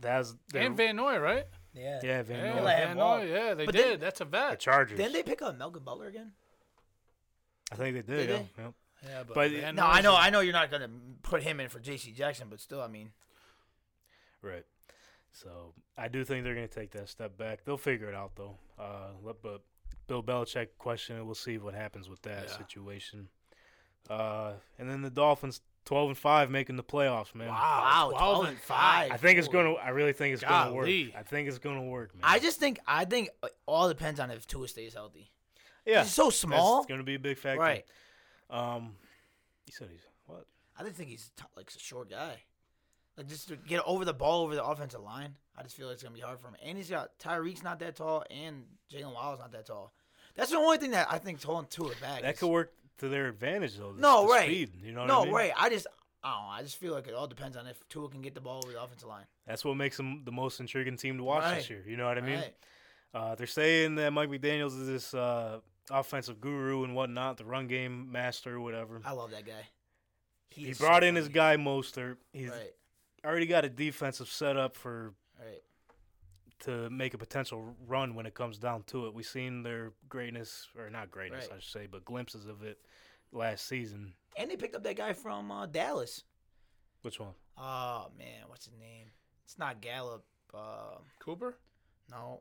Speaker 3: that's their
Speaker 2: And Van Noy, right?
Speaker 4: Yeah.
Speaker 3: yeah Van
Speaker 2: Yeah,
Speaker 3: Noy.
Speaker 4: let him
Speaker 2: Van
Speaker 4: walk.
Speaker 2: Noy. Yeah, they
Speaker 4: But
Speaker 2: did.
Speaker 4: then-
Speaker 2: That's a
Speaker 3: the
Speaker 2: vet.
Speaker 3: Chargers.
Speaker 4: Didn't they pick up Melvin Butler again?
Speaker 3: I think they
Speaker 4: Did
Speaker 3: did. yeah.
Speaker 4: they?
Speaker 3: Yep.
Speaker 2: Yeah, but,
Speaker 3: But-
Speaker 2: Van
Speaker 4: No,
Speaker 2: Noy's
Speaker 4: I know,
Speaker 2: a-
Speaker 4: I know you're not gonna put him in for J.C. Jackson, but still, I mean,
Speaker 3: Right. So I do think they're going to take that step back. They'll figure it out though. Uh, let- but Bill Belichick question it. We'll see what happens with that
Speaker 2: Yeah.
Speaker 3: situation. Uh, and then the Dolphins, twelve and five, making the playoffs, man.
Speaker 2: Wow,
Speaker 4: Wow,
Speaker 2: 12 and 5.
Speaker 3: I think it's gonna. I really think it's gonna work.
Speaker 2: Golly.
Speaker 3: I think it's gonna work, man.
Speaker 4: I just think, I think it all depends on if Tua stays healthy.
Speaker 3: yeah,
Speaker 4: He's so small.
Speaker 3: It's gonna be a big factor.
Speaker 4: Right.
Speaker 3: Um, you said he's what?
Speaker 4: I just think he's t- like a short guy. Like just to get over the ball over the offensive line. I just feel like it's gonna be hard for him. And he's got Tyreek's not that tall, and Jalen Waddle's not that tall. That's the only thing that I think's holding Tua back.
Speaker 3: That
Speaker 4: is-
Speaker 3: could work to their advantage though. the-
Speaker 4: No
Speaker 3: the
Speaker 4: right.
Speaker 3: Speed, you know what
Speaker 4: no
Speaker 3: I mean?
Speaker 4: right. I just I don't know. I just feel like it all depends on if Tua can get the ball over the offensive line.
Speaker 3: That's what makes them the most intriguing team to watch
Speaker 4: Right.
Speaker 3: this year. You know what I mean?
Speaker 4: Right.
Speaker 3: Uh, they're saying that Mike McDaniels is this uh, offensive guru and whatnot, the run game master, whatever.
Speaker 4: I love that guy.
Speaker 3: he
Speaker 4: is
Speaker 3: brought
Speaker 4: so
Speaker 3: in his
Speaker 4: funny.
Speaker 3: guy Mostert. He's
Speaker 4: Right.
Speaker 3: already got a defensive setup for
Speaker 4: Right.
Speaker 3: to make a potential run when it comes down to it. We've seen their greatness, or not greatness,
Speaker 4: Right.
Speaker 3: I should say, but glimpses of it last season.
Speaker 4: And they picked up that guy from uh, Dallas.
Speaker 3: Which one?
Speaker 4: Oh man, what's his name? It's not Gallup. Uh,
Speaker 2: Cooper.
Speaker 4: no.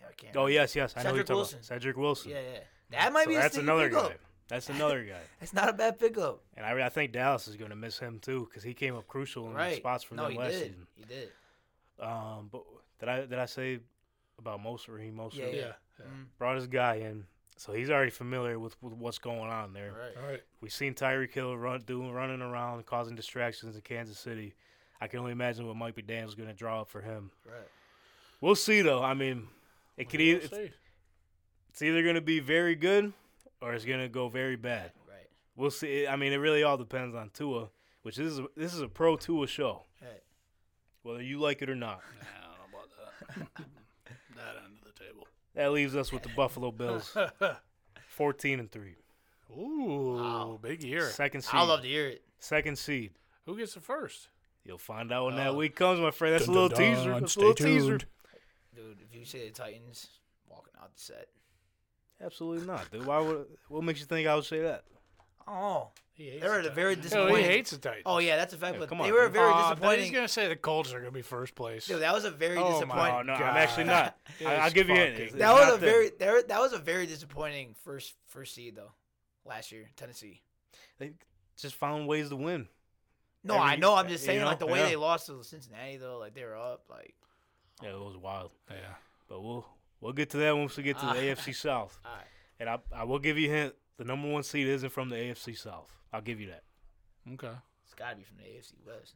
Speaker 4: Damn, I can't.
Speaker 3: Oh yes, yes, I know who you're
Speaker 4: Cedric
Speaker 3: talking
Speaker 4: Wilson.
Speaker 3: about. Cedric Wilson.
Speaker 4: Yeah, yeah. That might
Speaker 3: So
Speaker 4: be. his
Speaker 3: that's
Speaker 4: sneaky
Speaker 3: another
Speaker 4: pickup.
Speaker 3: guy. That's another guy.
Speaker 4: That's not a bad pickup.
Speaker 3: And I, I think Dallas is going to miss him too because he came up crucial in
Speaker 4: Right.
Speaker 3: spots for
Speaker 4: no,
Speaker 3: them
Speaker 4: he
Speaker 3: last
Speaker 4: did.
Speaker 3: season.
Speaker 4: He did.
Speaker 3: Um, but did I did I say about Mostert? He Mostert
Speaker 4: Yeah.
Speaker 2: Yeah.
Speaker 4: Mm.
Speaker 3: brought his guy in, So he's already familiar with, with what's going on there.
Speaker 4: Right.
Speaker 2: All right.
Speaker 3: We've seen Tyreek Hill run, doing running around, causing distractions in Kansas City. I can only imagine what Mike McDaniel's going to draw up for him.
Speaker 4: Right.
Speaker 3: We'll see, though. I mean, it could either, it's,
Speaker 4: (laughs)
Speaker 2: see.
Speaker 3: it's either going to be very good or it's going to go very bad.
Speaker 4: Right.
Speaker 3: We'll see. I mean, it really all depends on Tua, which is this is a pro Tua show,
Speaker 4: Right.
Speaker 3: whether you like it or not.
Speaker 2: I don't know about that.
Speaker 4: (laughs)
Speaker 2: that end of the table.
Speaker 3: That leaves us with the
Speaker 2: (laughs)
Speaker 3: Buffalo Bills, fourteen and three,
Speaker 2: Ooh, big year.
Speaker 3: second seed.
Speaker 4: I would love to hear it.
Speaker 3: Second seed.
Speaker 2: Who gets the first?
Speaker 3: You'll find out when that week comes, my friend. That's
Speaker 2: Dun,
Speaker 3: a little
Speaker 2: dun,
Speaker 3: teaser.
Speaker 2: dun.
Speaker 3: That's
Speaker 2: Stay
Speaker 3: a little
Speaker 2: tuned.
Speaker 3: teaser.
Speaker 4: Dude, if you say the Titans, walking out the set.
Speaker 3: Absolutely not, dude. Why would? What makes you think I would say that?
Speaker 4: Oh.
Speaker 2: He hates
Speaker 4: They were
Speaker 2: the
Speaker 4: a
Speaker 2: Titans.
Speaker 4: very
Speaker 2: Hell,
Speaker 4: disappointing.
Speaker 2: he hates the Titans.
Speaker 4: Oh yeah, that's a fact.
Speaker 3: Yeah,
Speaker 4: but
Speaker 3: come
Speaker 4: they
Speaker 3: on,
Speaker 4: were a
Speaker 3: dude.
Speaker 4: very
Speaker 2: Aw, then
Speaker 4: disappointing.
Speaker 2: He's gonna say the Colts are gonna be first place.
Speaker 4: Dude, that was a very
Speaker 2: Oh, my
Speaker 3: Oh
Speaker 4: disappointing.
Speaker 3: no,
Speaker 2: God.
Speaker 3: I'm actually not. I, I'll
Speaker 2: His
Speaker 3: give you it.
Speaker 2: fucking-
Speaker 3: It's-
Speaker 4: That
Speaker 3: it's not
Speaker 4: was a
Speaker 3: them.
Speaker 4: very there, that was a very disappointing first first seed though, last year Tennessee.
Speaker 3: They just found ways to win.
Speaker 4: No,
Speaker 3: Every-
Speaker 4: I know. I'm just
Speaker 3: you
Speaker 4: saying
Speaker 3: know,
Speaker 4: like the way
Speaker 3: yeah.
Speaker 4: they lost to Cincinnati though, like they were up like.
Speaker 3: Yeah, it was wild.
Speaker 2: Yeah.
Speaker 3: But we'll we'll get to that once we get to
Speaker 4: Ah.
Speaker 3: the AFC South.
Speaker 4: All right.
Speaker 3: And I I will give you a hint. The number one seed isn't from the AFC South. I'll give you that.
Speaker 2: Okay.
Speaker 4: It's got to be from the AFC West.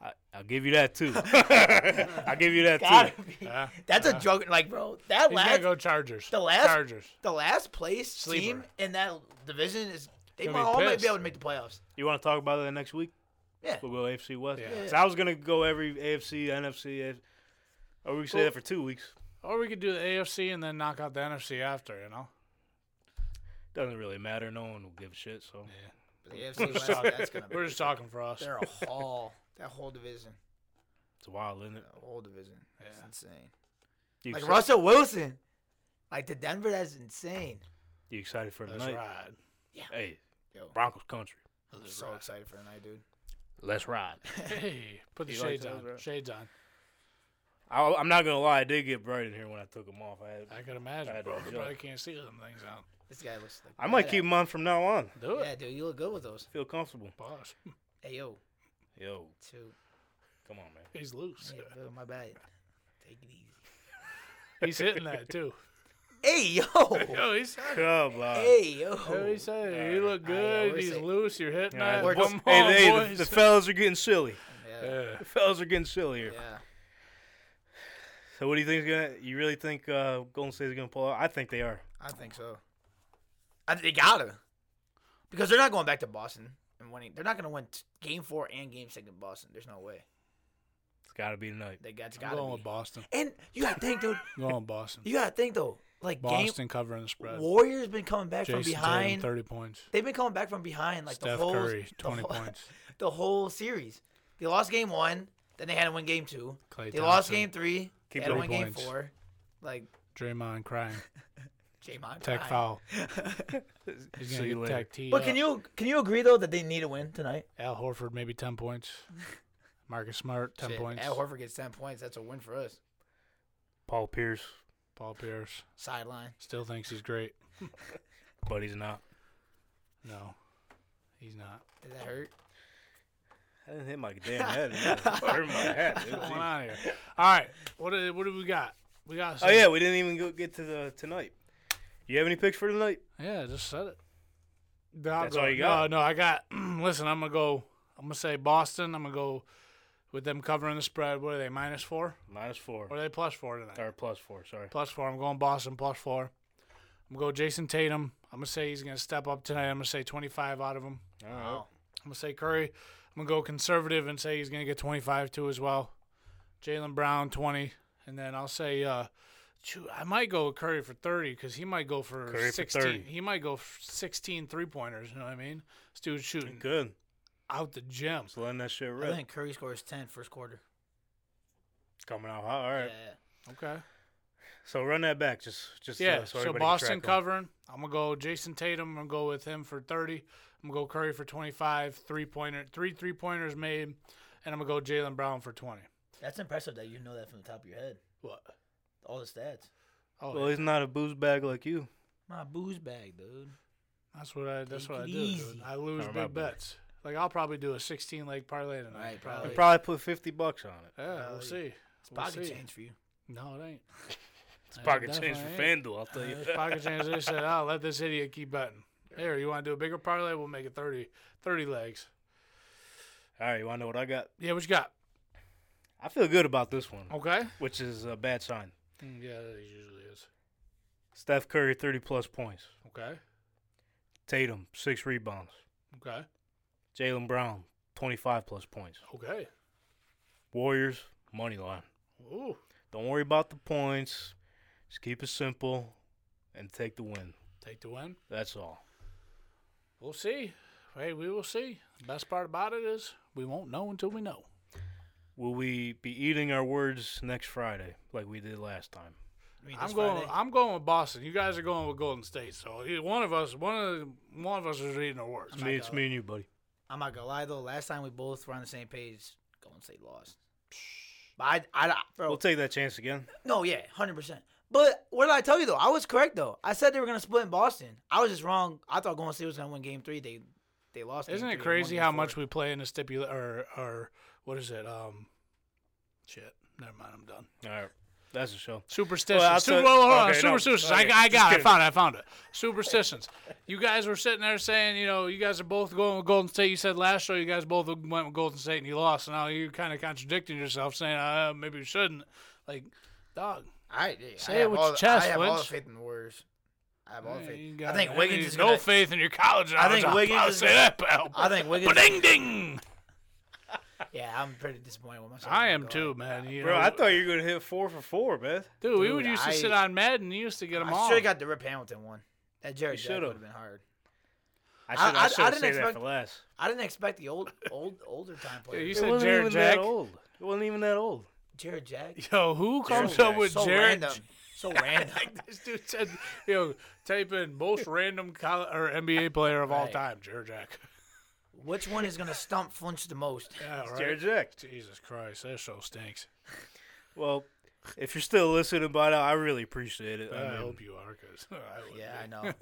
Speaker 3: I, I'll give you that
Speaker 4: (laughs)
Speaker 3: too. I'll give you that too.
Speaker 4: Gotta be.
Speaker 2: Yeah.
Speaker 4: (laughs) That's a joke. Like, bro, that
Speaker 2: He's gonna
Speaker 4: last
Speaker 2: go Chargers.
Speaker 4: the last-
Speaker 2: Chargers.
Speaker 4: the last place team
Speaker 2: Sleeper.
Speaker 4: in that division is they
Speaker 2: Gonna
Speaker 4: might
Speaker 2: be
Speaker 4: all might
Speaker 2: pissed.
Speaker 4: be able to make the playoffs.
Speaker 3: You want to talk about that next week?
Speaker 4: Yeah.
Speaker 3: We'll go AFC West.
Speaker 2: Yeah.
Speaker 3: So I was gonna go every AFC, NFC. AF- Or Oh, we could say that for two weeks.
Speaker 2: Or we could do the AFC and then knock out the NFC after. You know.
Speaker 3: Doesn't really matter. No one will give a shit. So
Speaker 4: But the AFC West,
Speaker 2: (laughs)
Speaker 4: that's gonna be.
Speaker 2: We're just talking for us.
Speaker 4: They're
Speaker 2: (laughs)
Speaker 4: a haul. That whole division.
Speaker 3: it's wild, isn't it?
Speaker 4: That whole division. That's
Speaker 2: Yeah.
Speaker 4: insane.
Speaker 3: You,
Speaker 4: Like
Speaker 3: exci-
Speaker 4: Russell Wilson. Like the Denver, that's insane.
Speaker 3: you excited for the
Speaker 2: Let's
Speaker 3: night?
Speaker 2: ride.
Speaker 3: Hey,
Speaker 4: Yo,
Speaker 3: Broncos country.
Speaker 4: I'm so excited for tonight, dude.
Speaker 3: Let's ride.
Speaker 4: (laughs)
Speaker 2: Hey, put the
Speaker 3: He likes
Speaker 2: shades
Speaker 3: those,
Speaker 2: on.
Speaker 3: right?
Speaker 2: Shades on.
Speaker 3: I, I'm not gonna lie. I did get bright in here when I took them off. I had,
Speaker 2: I could imagine.
Speaker 3: I
Speaker 2: I
Speaker 3: had no joke.
Speaker 2: probably can't see them things out.
Speaker 4: This guy looks like.
Speaker 3: I might keep them on from now on.
Speaker 2: Do it,
Speaker 4: Yeah, dude, you look good with those.
Speaker 3: Feel comfortable.
Speaker 2: boss.
Speaker 4: Hey, yo,
Speaker 3: Yo,
Speaker 4: two.
Speaker 3: come on, man.
Speaker 2: He's loose.
Speaker 4: Hey, bro, my bad. Take it easy.
Speaker 2: He's hitting that too. (laughs)
Speaker 4: (laughs) Hey, yo.
Speaker 2: Yo, he's.
Speaker 3: Come on.
Speaker 4: hey, yo.
Speaker 2: Yo, he said, "You look
Speaker 4: All right, yeah,
Speaker 2: good.
Speaker 4: we're
Speaker 2: He's
Speaker 4: safe.
Speaker 2: loose. You're hitting
Speaker 3: All right,
Speaker 2: that.
Speaker 3: boys.
Speaker 2: Come on,
Speaker 3: hey, hey, the,
Speaker 2: boys."
Speaker 3: the
Speaker 2: (laughs)
Speaker 3: fellas are getting silly.
Speaker 4: Yeah.
Speaker 2: Yeah.
Speaker 3: The fellas are getting silly here.
Speaker 4: Yeah.
Speaker 3: So what do you think is gonna? You really think uh, Golden State's gonna pull out? I think they are.
Speaker 4: I think so. I, they gotta, because they're not going back to Boston and winning. They're not gonna win t- game four and game six in Boston. There's no way.
Speaker 3: It's got to be tonight.
Speaker 4: They got it's
Speaker 2: I'm
Speaker 4: gotta
Speaker 2: going
Speaker 4: be.
Speaker 2: with Boston.
Speaker 4: and you gotta think, dude.
Speaker 2: I'm going with Boston.
Speaker 4: You gotta think though. Like
Speaker 2: Boston covering the spread.
Speaker 4: game, Warriors been coming back
Speaker 2: Jason
Speaker 4: from
Speaker 2: Tatum,
Speaker 4: behind.
Speaker 2: thirty points.
Speaker 4: They've been coming back from behind like the
Speaker 2: Steph
Speaker 4: whole
Speaker 2: Curry,
Speaker 4: the
Speaker 2: twenty
Speaker 4: whole- (laughs)
Speaker 2: points.
Speaker 4: The whole series. They lost game one, then they had to win game two.
Speaker 2: Klay
Speaker 4: they lost
Speaker 2: Thompson.
Speaker 4: game three.
Speaker 3: Keep
Speaker 4: they had to
Speaker 3: three
Speaker 4: win
Speaker 2: points.
Speaker 4: game four. Like
Speaker 2: Draymond
Speaker 4: (laughs)
Speaker 2: crying.
Speaker 4: Jamon.
Speaker 2: Tech
Speaker 4: Tyne. (laughs)
Speaker 2: foul. He's
Speaker 3: See
Speaker 2: gonna
Speaker 3: you
Speaker 2: get
Speaker 3: later.
Speaker 2: tech T.
Speaker 4: But can
Speaker 2: up.
Speaker 4: you can you agree though that they need a win tonight?
Speaker 2: Al Horford maybe ten points.
Speaker 4: (laughs)
Speaker 2: Marcus Smart ten
Speaker 4: Shit,
Speaker 2: points.
Speaker 4: Al Horford gets ten points. That's a win for us.
Speaker 3: Paul Pierce,
Speaker 2: Paul Pierce
Speaker 4: Sideline.
Speaker 2: still thinks he's great.
Speaker 3: but he's not.
Speaker 2: No, he's not.
Speaker 4: Did that hurt?
Speaker 3: I didn't hit my damn head. man. Hurt my head. dude.
Speaker 2: What's going on
Speaker 4: (laughs)
Speaker 2: here? All right, what do, what do we got? We got.
Speaker 3: Oh yeah, we didn't even go get to the tonight. You have any picks for tonight?
Speaker 2: Yeah, I just said it. No, I'm
Speaker 3: That's
Speaker 2: going-
Speaker 3: all you got?
Speaker 2: No, no, I got. (clears throat) listen, I'm gonna go. I'm gonna say Boston. I'm gonna go with them covering the spread. What are they? Minus four?
Speaker 3: Minus four
Speaker 2: Or are they plus four tonight?
Speaker 3: or plus four? Sorry.
Speaker 2: Plus four. I'm going Boston. Plus four. I'm gonna go Jason Tatum. I'm gonna say he's gonna step up tonight. I'm gonna say 25 out of him.
Speaker 3: All right.
Speaker 4: Wow.
Speaker 2: I'm gonna say Curry. I'm gonna go conservative and say he's gonna get 25 too as well. Jalen Brown 20, and then I'll say, uh, shoot, I might go with Curry for 30 because he might go for
Speaker 3: Curry for
Speaker 2: 16.
Speaker 3: 30.
Speaker 2: He might go for 16 three pointers. You know what I mean? This dude's shooting
Speaker 3: Good.
Speaker 2: out the gym.
Speaker 3: So letting that shit
Speaker 4: I
Speaker 3: rip.
Speaker 4: think Curry scores 10 first quarter.
Speaker 3: Coming out hot. All right.
Speaker 4: Yeah.
Speaker 2: Okay.
Speaker 3: So run that back. Just just uh,
Speaker 2: Yeah.
Speaker 3: so,
Speaker 2: so
Speaker 3: everybody can
Speaker 2: Boston
Speaker 3: track 'em.
Speaker 2: covering. I'm gonna go Jason Tatum. I'm gonna go with him for 30. I'm gonna go Curry for 25. Three pointer, three three pointers made, and I'm gonna go Jalen Brown for 20.
Speaker 4: That's impressive that you know that from the top of your head.
Speaker 2: What?
Speaker 4: All the stats.
Speaker 2: Oh,
Speaker 3: Well, he's not a booze bag like you.
Speaker 4: My booze bag, dude.
Speaker 2: That's what I. That's
Speaker 4: Take
Speaker 2: what I
Speaker 4: it
Speaker 2: do.
Speaker 4: easy.
Speaker 2: Dude. I lose
Speaker 3: Or my
Speaker 2: big
Speaker 3: boy.
Speaker 2: bets. Like I'll probably do a sixteen leg parlay tonight.
Speaker 4: Right,
Speaker 3: You
Speaker 4: probably.
Speaker 3: probably put fifty bucks on it.
Speaker 2: Yeah, we'll
Speaker 4: Probably.
Speaker 2: see.
Speaker 4: It's
Speaker 2: We'll
Speaker 4: pocket
Speaker 2: see.
Speaker 4: change for you.
Speaker 2: No, it ain't.
Speaker 3: It's pocket change for
Speaker 2: definitely
Speaker 3: FanDuel, I'll tell you.
Speaker 2: This pocket change. They said, "Oh, let this idiot keep betting." Here, you want to do a bigger parlay? We'll make it 30, 30 legs.
Speaker 3: (laughs) All right, you want to know what I got?
Speaker 2: Yeah, what you got?
Speaker 3: I feel good about this one,
Speaker 2: Okay.
Speaker 3: which is a bad sign.
Speaker 2: Mm, Yeah, it usually is.
Speaker 3: Steph Curry, 30 plus points.
Speaker 2: Okay.
Speaker 3: Tatum, six rebounds.
Speaker 2: Okay.
Speaker 3: Jalen Brown, 25 plus points.
Speaker 2: Okay.
Speaker 3: Warriors, money line.
Speaker 2: Ooh.
Speaker 3: Don't worry about the points. Just keep it simple and take the win.
Speaker 2: Take the win.
Speaker 3: That's all.
Speaker 2: We'll see. Hey, we will see. The best part about it is we won't know until we know.
Speaker 3: Will we be eating our words next Friday like we did last time?
Speaker 4: I mean,
Speaker 2: I'm
Speaker 4: this
Speaker 2: going.
Speaker 4: Friday.
Speaker 2: I'm going with Boston. You guys are going with Golden State. So e- one of us, one of the- one of us is reading the words.
Speaker 3: It's me, it's me and you, buddy.
Speaker 4: I'm not gonna lie though. Last time we both were on the same page, Golden State lost. But I, I, bro,
Speaker 3: We'll take that chance again.
Speaker 4: no, yeah, hundred percent. But what did I tell you though? I was correct though. I said they were gonna split in Boston. I was just wrong. I thought Golden State was gonna win Game Three. They, they lost. game
Speaker 2: Isn't
Speaker 4: three
Speaker 2: it
Speaker 4: and won
Speaker 2: crazy
Speaker 4: game
Speaker 2: how
Speaker 4: four.
Speaker 2: much we play in the stipula or or what is it? Um, shit. Never mind. I'm done.
Speaker 3: All right. That's the show.
Speaker 2: Superstitions.
Speaker 3: Well, I'll
Speaker 2: Super,
Speaker 3: tell-
Speaker 2: well, hold on.
Speaker 3: okay, no,
Speaker 2: Superstitions.
Speaker 3: okay,
Speaker 2: I, I
Speaker 3: just
Speaker 2: got it. I
Speaker 3: kidding.
Speaker 2: found it. I found it. Superstitions. you guys were sitting there saying, you know, you guys are both going with Golden State. You said last show you guys both went with Golden State and you lost. Now you're kind of contradicting yourself saying, uh, maybe you shouldn't. Like, dog.
Speaker 4: I yeah,
Speaker 2: Say
Speaker 4: I
Speaker 2: it
Speaker 4: have
Speaker 2: with
Speaker 4: all
Speaker 2: your
Speaker 4: the-
Speaker 2: chest,
Speaker 4: I have all the
Speaker 2: Lynch.
Speaker 4: faith in the Warriors. I have all the
Speaker 2: you
Speaker 4: faith. I
Speaker 2: got-
Speaker 4: think Wiggins is
Speaker 2: no
Speaker 4: gonna.
Speaker 2: faith in your college.
Speaker 4: I
Speaker 2: knowledge.
Speaker 4: think
Speaker 2: I'll
Speaker 4: Wiggins
Speaker 2: probably
Speaker 4: is
Speaker 2: say
Speaker 4: gonna-
Speaker 2: that, pal.
Speaker 4: I think Wiggins.
Speaker 2: Ding ding.
Speaker 4: Yeah, I'm pretty disappointed with myself.
Speaker 2: I
Speaker 4: I'm
Speaker 2: am
Speaker 4: not
Speaker 2: too,
Speaker 4: gonna
Speaker 2: man. You
Speaker 3: Bro,
Speaker 2: know,
Speaker 3: I thought you were going to hit four for four, man.
Speaker 2: dude, we
Speaker 4: Dude,
Speaker 2: would used
Speaker 4: I-
Speaker 2: to sit on Madden. You used to get them
Speaker 4: lie. I
Speaker 2: all.
Speaker 4: should have got the Rip Hamilton one. That Jared
Speaker 3: You
Speaker 4: Jack would
Speaker 3: should've.
Speaker 4: have been hard.
Speaker 3: I
Speaker 4: I-
Speaker 3: should
Speaker 4: I- I
Speaker 3: have
Speaker 4: didn't
Speaker 3: said that
Speaker 4: expect-
Speaker 3: for last.
Speaker 4: I didn't expect the old, old, older time
Speaker 2: Yeah,
Speaker 4: player.
Speaker 2: you
Speaker 3: it
Speaker 2: said
Speaker 3: wasn't
Speaker 2: Jared
Speaker 3: even
Speaker 2: Jack.
Speaker 3: that old. It wasn't even that old.
Speaker 4: Jared
Speaker 2: (laughs)
Speaker 4: Jack.
Speaker 2: Yo, who comes
Speaker 3: Jack.
Speaker 2: up with
Speaker 4: so
Speaker 2: Jared?
Speaker 4: random.
Speaker 2: (laughs)
Speaker 4: So random.
Speaker 2: This dude said, you know, type in most random college or NBA player of all
Speaker 4: Right.
Speaker 2: time, Jer Jack.
Speaker 4: Which one is gonna stump Flinch the most?
Speaker 2: Yeah, right.
Speaker 3: Jared Jack.
Speaker 2: Jesus Christ, that show stinks.
Speaker 3: Well, if you're still listening by now, I really appreciate it.
Speaker 2: I
Speaker 3: I mean,
Speaker 2: hope you are, cause (laughs) I would
Speaker 4: Mm-hmm.
Speaker 2: be.
Speaker 4: Yeah, I
Speaker 2: (laughs)
Speaker 4: know.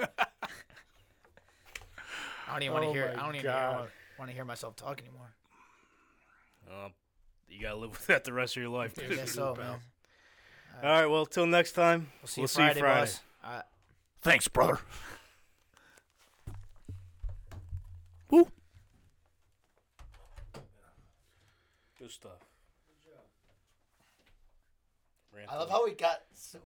Speaker 4: I don't even want
Speaker 2: Oh
Speaker 4: to hear.
Speaker 2: my
Speaker 4: I don't even
Speaker 2: God.
Speaker 4: want to hear myself talk anymore.
Speaker 3: uh, you gotta live (laughs) with that the rest of your life.
Speaker 2: Yeah,
Speaker 4: I
Speaker 3: dude.
Speaker 4: guess so, man.
Speaker 3: All right. Well, till next time.
Speaker 4: We'll see you Friday, boss. All right.
Speaker 2: Thanks, brother.
Speaker 3: Good stuff.
Speaker 4: I love how we got. So-